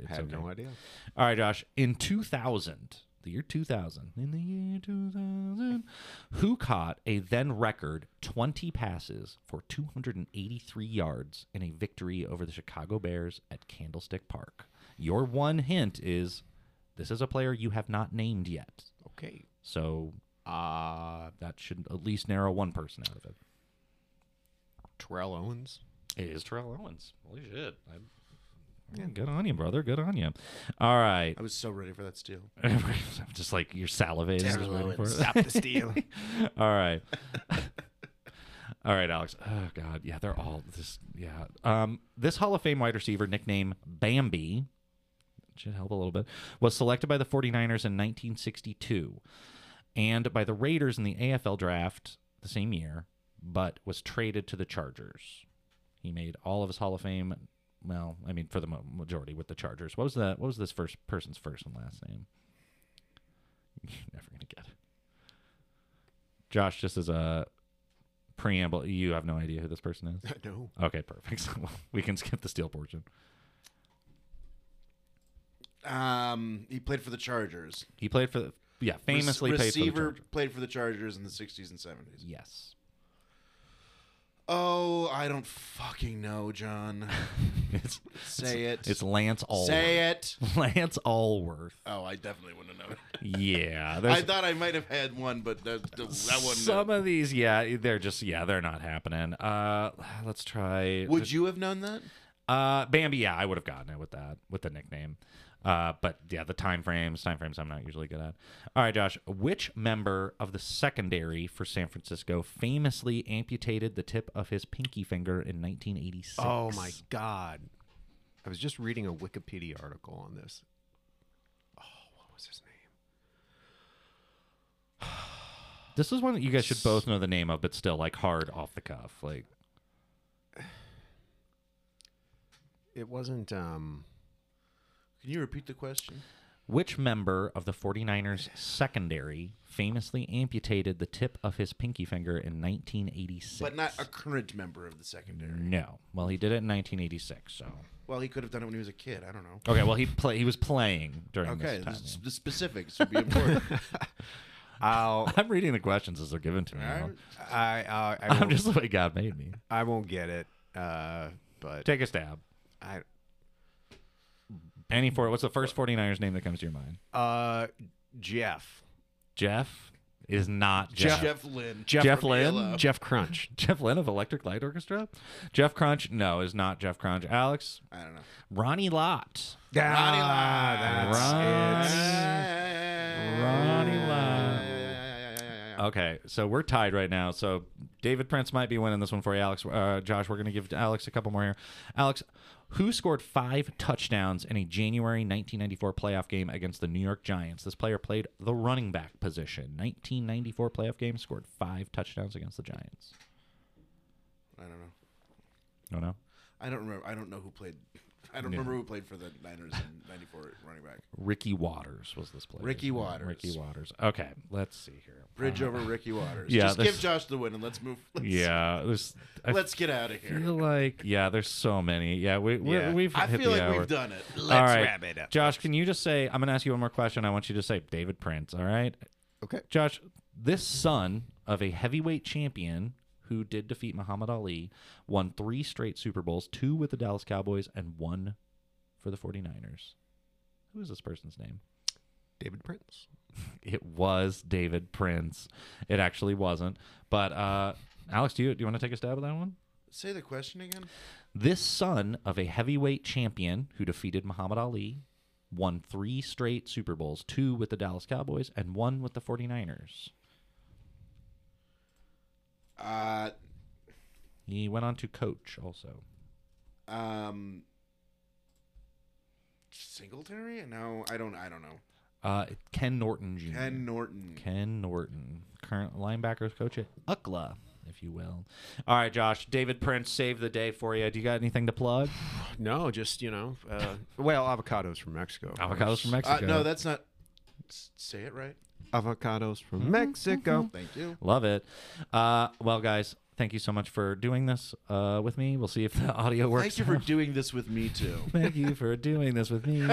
Speaker 2: it's
Speaker 3: had no
Speaker 2: okay.
Speaker 3: idea.
Speaker 2: All right, Josh. In 2000, the year 2000, in the year 2000, who caught a then record 20 passes for 283 yards in a victory over the Chicago Bears at Candlestick Park? Your one hint is this is a player you have not named yet.
Speaker 3: Okay.
Speaker 2: So
Speaker 3: Uh,
Speaker 2: that should at least narrow one person out of it.
Speaker 3: Terrell Owens.
Speaker 2: It is Terrell Owens. Holy shit. I'm... Yeah, good on you, brother. Good on you. All right.
Speaker 4: I was so ready for that steal.
Speaker 2: I'm just like you're salivating. just
Speaker 4: Terrell
Speaker 2: waiting for
Speaker 4: Owens.
Speaker 2: it.
Speaker 3: Stop the steal.
Speaker 2: All right. all right, Alex. Oh God. Yeah, they're all this yeah. Um this Hall of Fame wide receiver nicknamed Bambi should help a little bit was selected by the 49ers in 1962 and by the Raiders in the AFL draft the same year, but was traded to the Chargers. He made all of his Hall of Fame well, I mean for the mo- majority with the Chargers. What was the what was this first person's first and last name? Never going to get it. Josh, just as a preamble, you have no idea who this person is.
Speaker 3: no.
Speaker 2: Okay, perfect. So we can skip the steel portion.
Speaker 4: Um, he played for the Chargers.
Speaker 2: He played for the yeah, famously
Speaker 4: Rec-
Speaker 2: played for the
Speaker 4: receiver
Speaker 2: Chargers.
Speaker 4: played for the Chargers in the '60s and '70s.
Speaker 2: Yes.
Speaker 4: Oh, I don't fucking know, John.
Speaker 2: It's
Speaker 4: Say it.
Speaker 2: it's Lance Allworth.
Speaker 4: Say it.
Speaker 2: Lance Allworth.
Speaker 4: Oh, I definitely wouldn't have known.
Speaker 2: Yeah.
Speaker 4: I
Speaker 2: There's
Speaker 4: thought I might have had one, but that, that wasn't.
Speaker 2: some of these, yeah, they're just yeah, they're not happening. Uh let's try
Speaker 4: Would you have known that?
Speaker 2: uh Bambi, yeah, I would have gotten it with that, with the nickname. Uh, but yeah, the time frames, time frames I'm not usually good at. All right, Josh, which member of the secondary for San Francisco famously amputated the tip of his pinky finger in 1986?
Speaker 3: Oh my God. I was just reading a Wikipedia article on this. Oh, what was his name?
Speaker 2: This is one that you guys should both know the name of, but still like hard off the cuff. Like
Speaker 3: It wasn't. Um.
Speaker 4: Can you repeat the question?
Speaker 2: which member of the 49ers secondary famously amputated the tip of his pinky finger in 1986?
Speaker 4: But not a current member of the secondary.
Speaker 2: no. Well, he did it in 1986, so.
Speaker 4: Well, he could have done it when he was a kid. I don't know.
Speaker 2: Okay, well he play he was playing during
Speaker 4: Okay,
Speaker 2: this
Speaker 4: the,
Speaker 2: time.
Speaker 4: s- the specifics would be important.
Speaker 3: I'll.
Speaker 2: I'm reading the questions as they're given to me.
Speaker 4: All right.
Speaker 3: I. I, I
Speaker 2: I'm
Speaker 3: won't-
Speaker 2: just the way God made me.
Speaker 3: I won't get it. Uh, but
Speaker 2: Take a stab.
Speaker 3: I
Speaker 2: Any four. What's the first 49ers name that comes to your mind?
Speaker 3: uh Jeff.
Speaker 2: Jeff is not Jeff.
Speaker 4: Jeff, Lynn.
Speaker 2: Jeff
Speaker 4: from
Speaker 2: Lynn?
Speaker 4: ELO.
Speaker 3: Jeff Crunch.
Speaker 2: Jeff Lynn of Electric Light Orchestra. Jeff Crunch. No, is not Jeff Crunch. Alex.
Speaker 4: I don't know.
Speaker 2: Ronnie Lott.
Speaker 3: Ah,
Speaker 2: Ronnie.
Speaker 3: that's it.
Speaker 2: Ronnie Lott.
Speaker 4: Yeah, yeah, yeah, yeah, yeah, yeah,
Speaker 2: Okay, so we're tied right now. So David Prince might be winning this one for you, Alex. Uh, Josh, we're going to give Alex a couple more here. Alex, who scored five touchdowns in a January 1994 playoff game against the New York Giants? This player played the running back position. 1994 playoff game, scored five touchdowns against the Giants.
Speaker 4: I don't know.
Speaker 2: No, no.
Speaker 4: I don't remember. I don't know who played. I don't remember who played for the Niners in '94 running back.
Speaker 2: Ricky Waters was this player.
Speaker 4: Ricky Waters.
Speaker 2: Ricky Waters. Okay, let's see here.
Speaker 4: Bridge over Ricky Waters.
Speaker 2: Yeah,
Speaker 4: Just give
Speaker 2: that's-
Speaker 4: Josh the win and let's move. Let's,
Speaker 2: Yeah, there's. I
Speaker 4: Let's get out of here.
Speaker 2: feel like yeah, there's so many. Yeah, we, we
Speaker 3: Yeah.
Speaker 2: we've.
Speaker 4: I
Speaker 2: hit
Speaker 4: feel
Speaker 2: the
Speaker 4: like
Speaker 2: hour.
Speaker 4: we've done it.
Speaker 2: all
Speaker 3: Let's
Speaker 2: right.
Speaker 3: wrap it up.
Speaker 2: Josh, can you just say, I'm going to ask you one more question. I want you to say David Prince, all right?
Speaker 4: Okay.
Speaker 2: Josh, this son of a heavyweight champion who did defeat Muhammad Ali won three straight Super Bowls, two with the Dallas Cowboys and one for the 49ers. Who is this person's name?
Speaker 3: David Prince.
Speaker 2: It was David Prince. It actually wasn't. But uh, Alex, do you, do you want to take a stab at that one?
Speaker 4: Say the question again.
Speaker 2: This son of a heavyweight champion who defeated Muhammad Ali won three straight Super Bowls, two with the Dallas Cowboys and one with the 49ers.
Speaker 4: Uh,
Speaker 2: He went on to coach also.
Speaker 4: um, Singletary? No, I don't. I don't know.
Speaker 2: Uh, Ken Norton Jr.
Speaker 4: Ken Norton.
Speaker 2: Mm. Ken Norton, current linebackers coach at UCLA, if you will. All right, Josh. David Prince saved the day for you. Do you got anything to plug?
Speaker 3: No, just you know, uh, well, avocados from Mexico. of
Speaker 2: Avocados from
Speaker 3: course.
Speaker 2: Mexico.
Speaker 4: Uh, no, that's not. s- Say it right.
Speaker 3: Avocados
Speaker 2: Mm-hmm.
Speaker 3: from Mexico.
Speaker 4: Thank you.
Speaker 2: Love it. Uh, well, guys, thank you so much for doing this uh, with me. We'll see if the audio works.
Speaker 4: Thank you for doing this with me too.
Speaker 2: Thank you for doing this with me.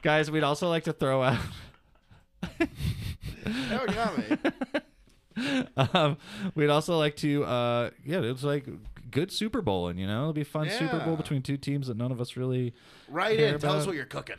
Speaker 2: Guys, we'd also like to throw out.
Speaker 4: Oh, you got me.
Speaker 2: Um, we'd also like to, uh, yeah, it was like good Super Bowl, and you know, it'll be a fun Super Bowl
Speaker 4: Yeah.
Speaker 2: between two teams that none of us really
Speaker 4: Right
Speaker 2: Care
Speaker 4: in. Tell us
Speaker 2: about-
Speaker 4: what you're cooking.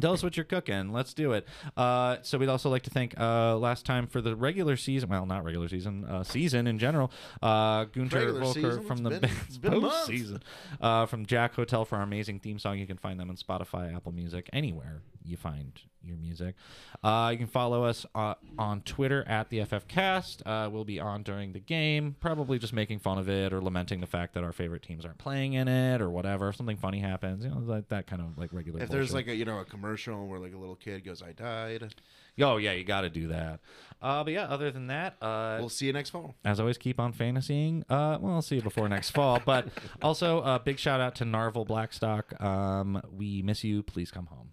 Speaker 2: Tell us what you're cooking. Let's do it. Uh, so we'd also like to thank uh, last time for the regular season. Well, not regular season, uh, season in general. Uh, Gunter
Speaker 4: Regular
Speaker 2: Volker
Speaker 4: season?
Speaker 2: from
Speaker 4: It's
Speaker 2: the
Speaker 4: been- it's been a month.
Speaker 2: postseason uh, from Jack Hotel for our amazing theme song. You can find them on Spotify, Apple Music, anywhere you find your music. Uh, you can follow us uh, on Twitter at the FFcast. Uh, we'll be on during the game, probably just making fun of it or lamenting the fact that our favorite teams aren't playing in it or whatever. If something funny happens, you know, like that kind of like regular.
Speaker 4: If there's
Speaker 2: bullshit.
Speaker 4: like a you know a commercial where like a little kid goes, "I died,"
Speaker 2: Oh yeah, you got to do that. Uh, but yeah, other than that, uh,
Speaker 4: we'll see you next fall.
Speaker 2: as always, keep on fantasying. Uh, well, I'll see you before next fall. But also, uh, big shout out to Narvel Blackstock. Um, we miss you. Please come home.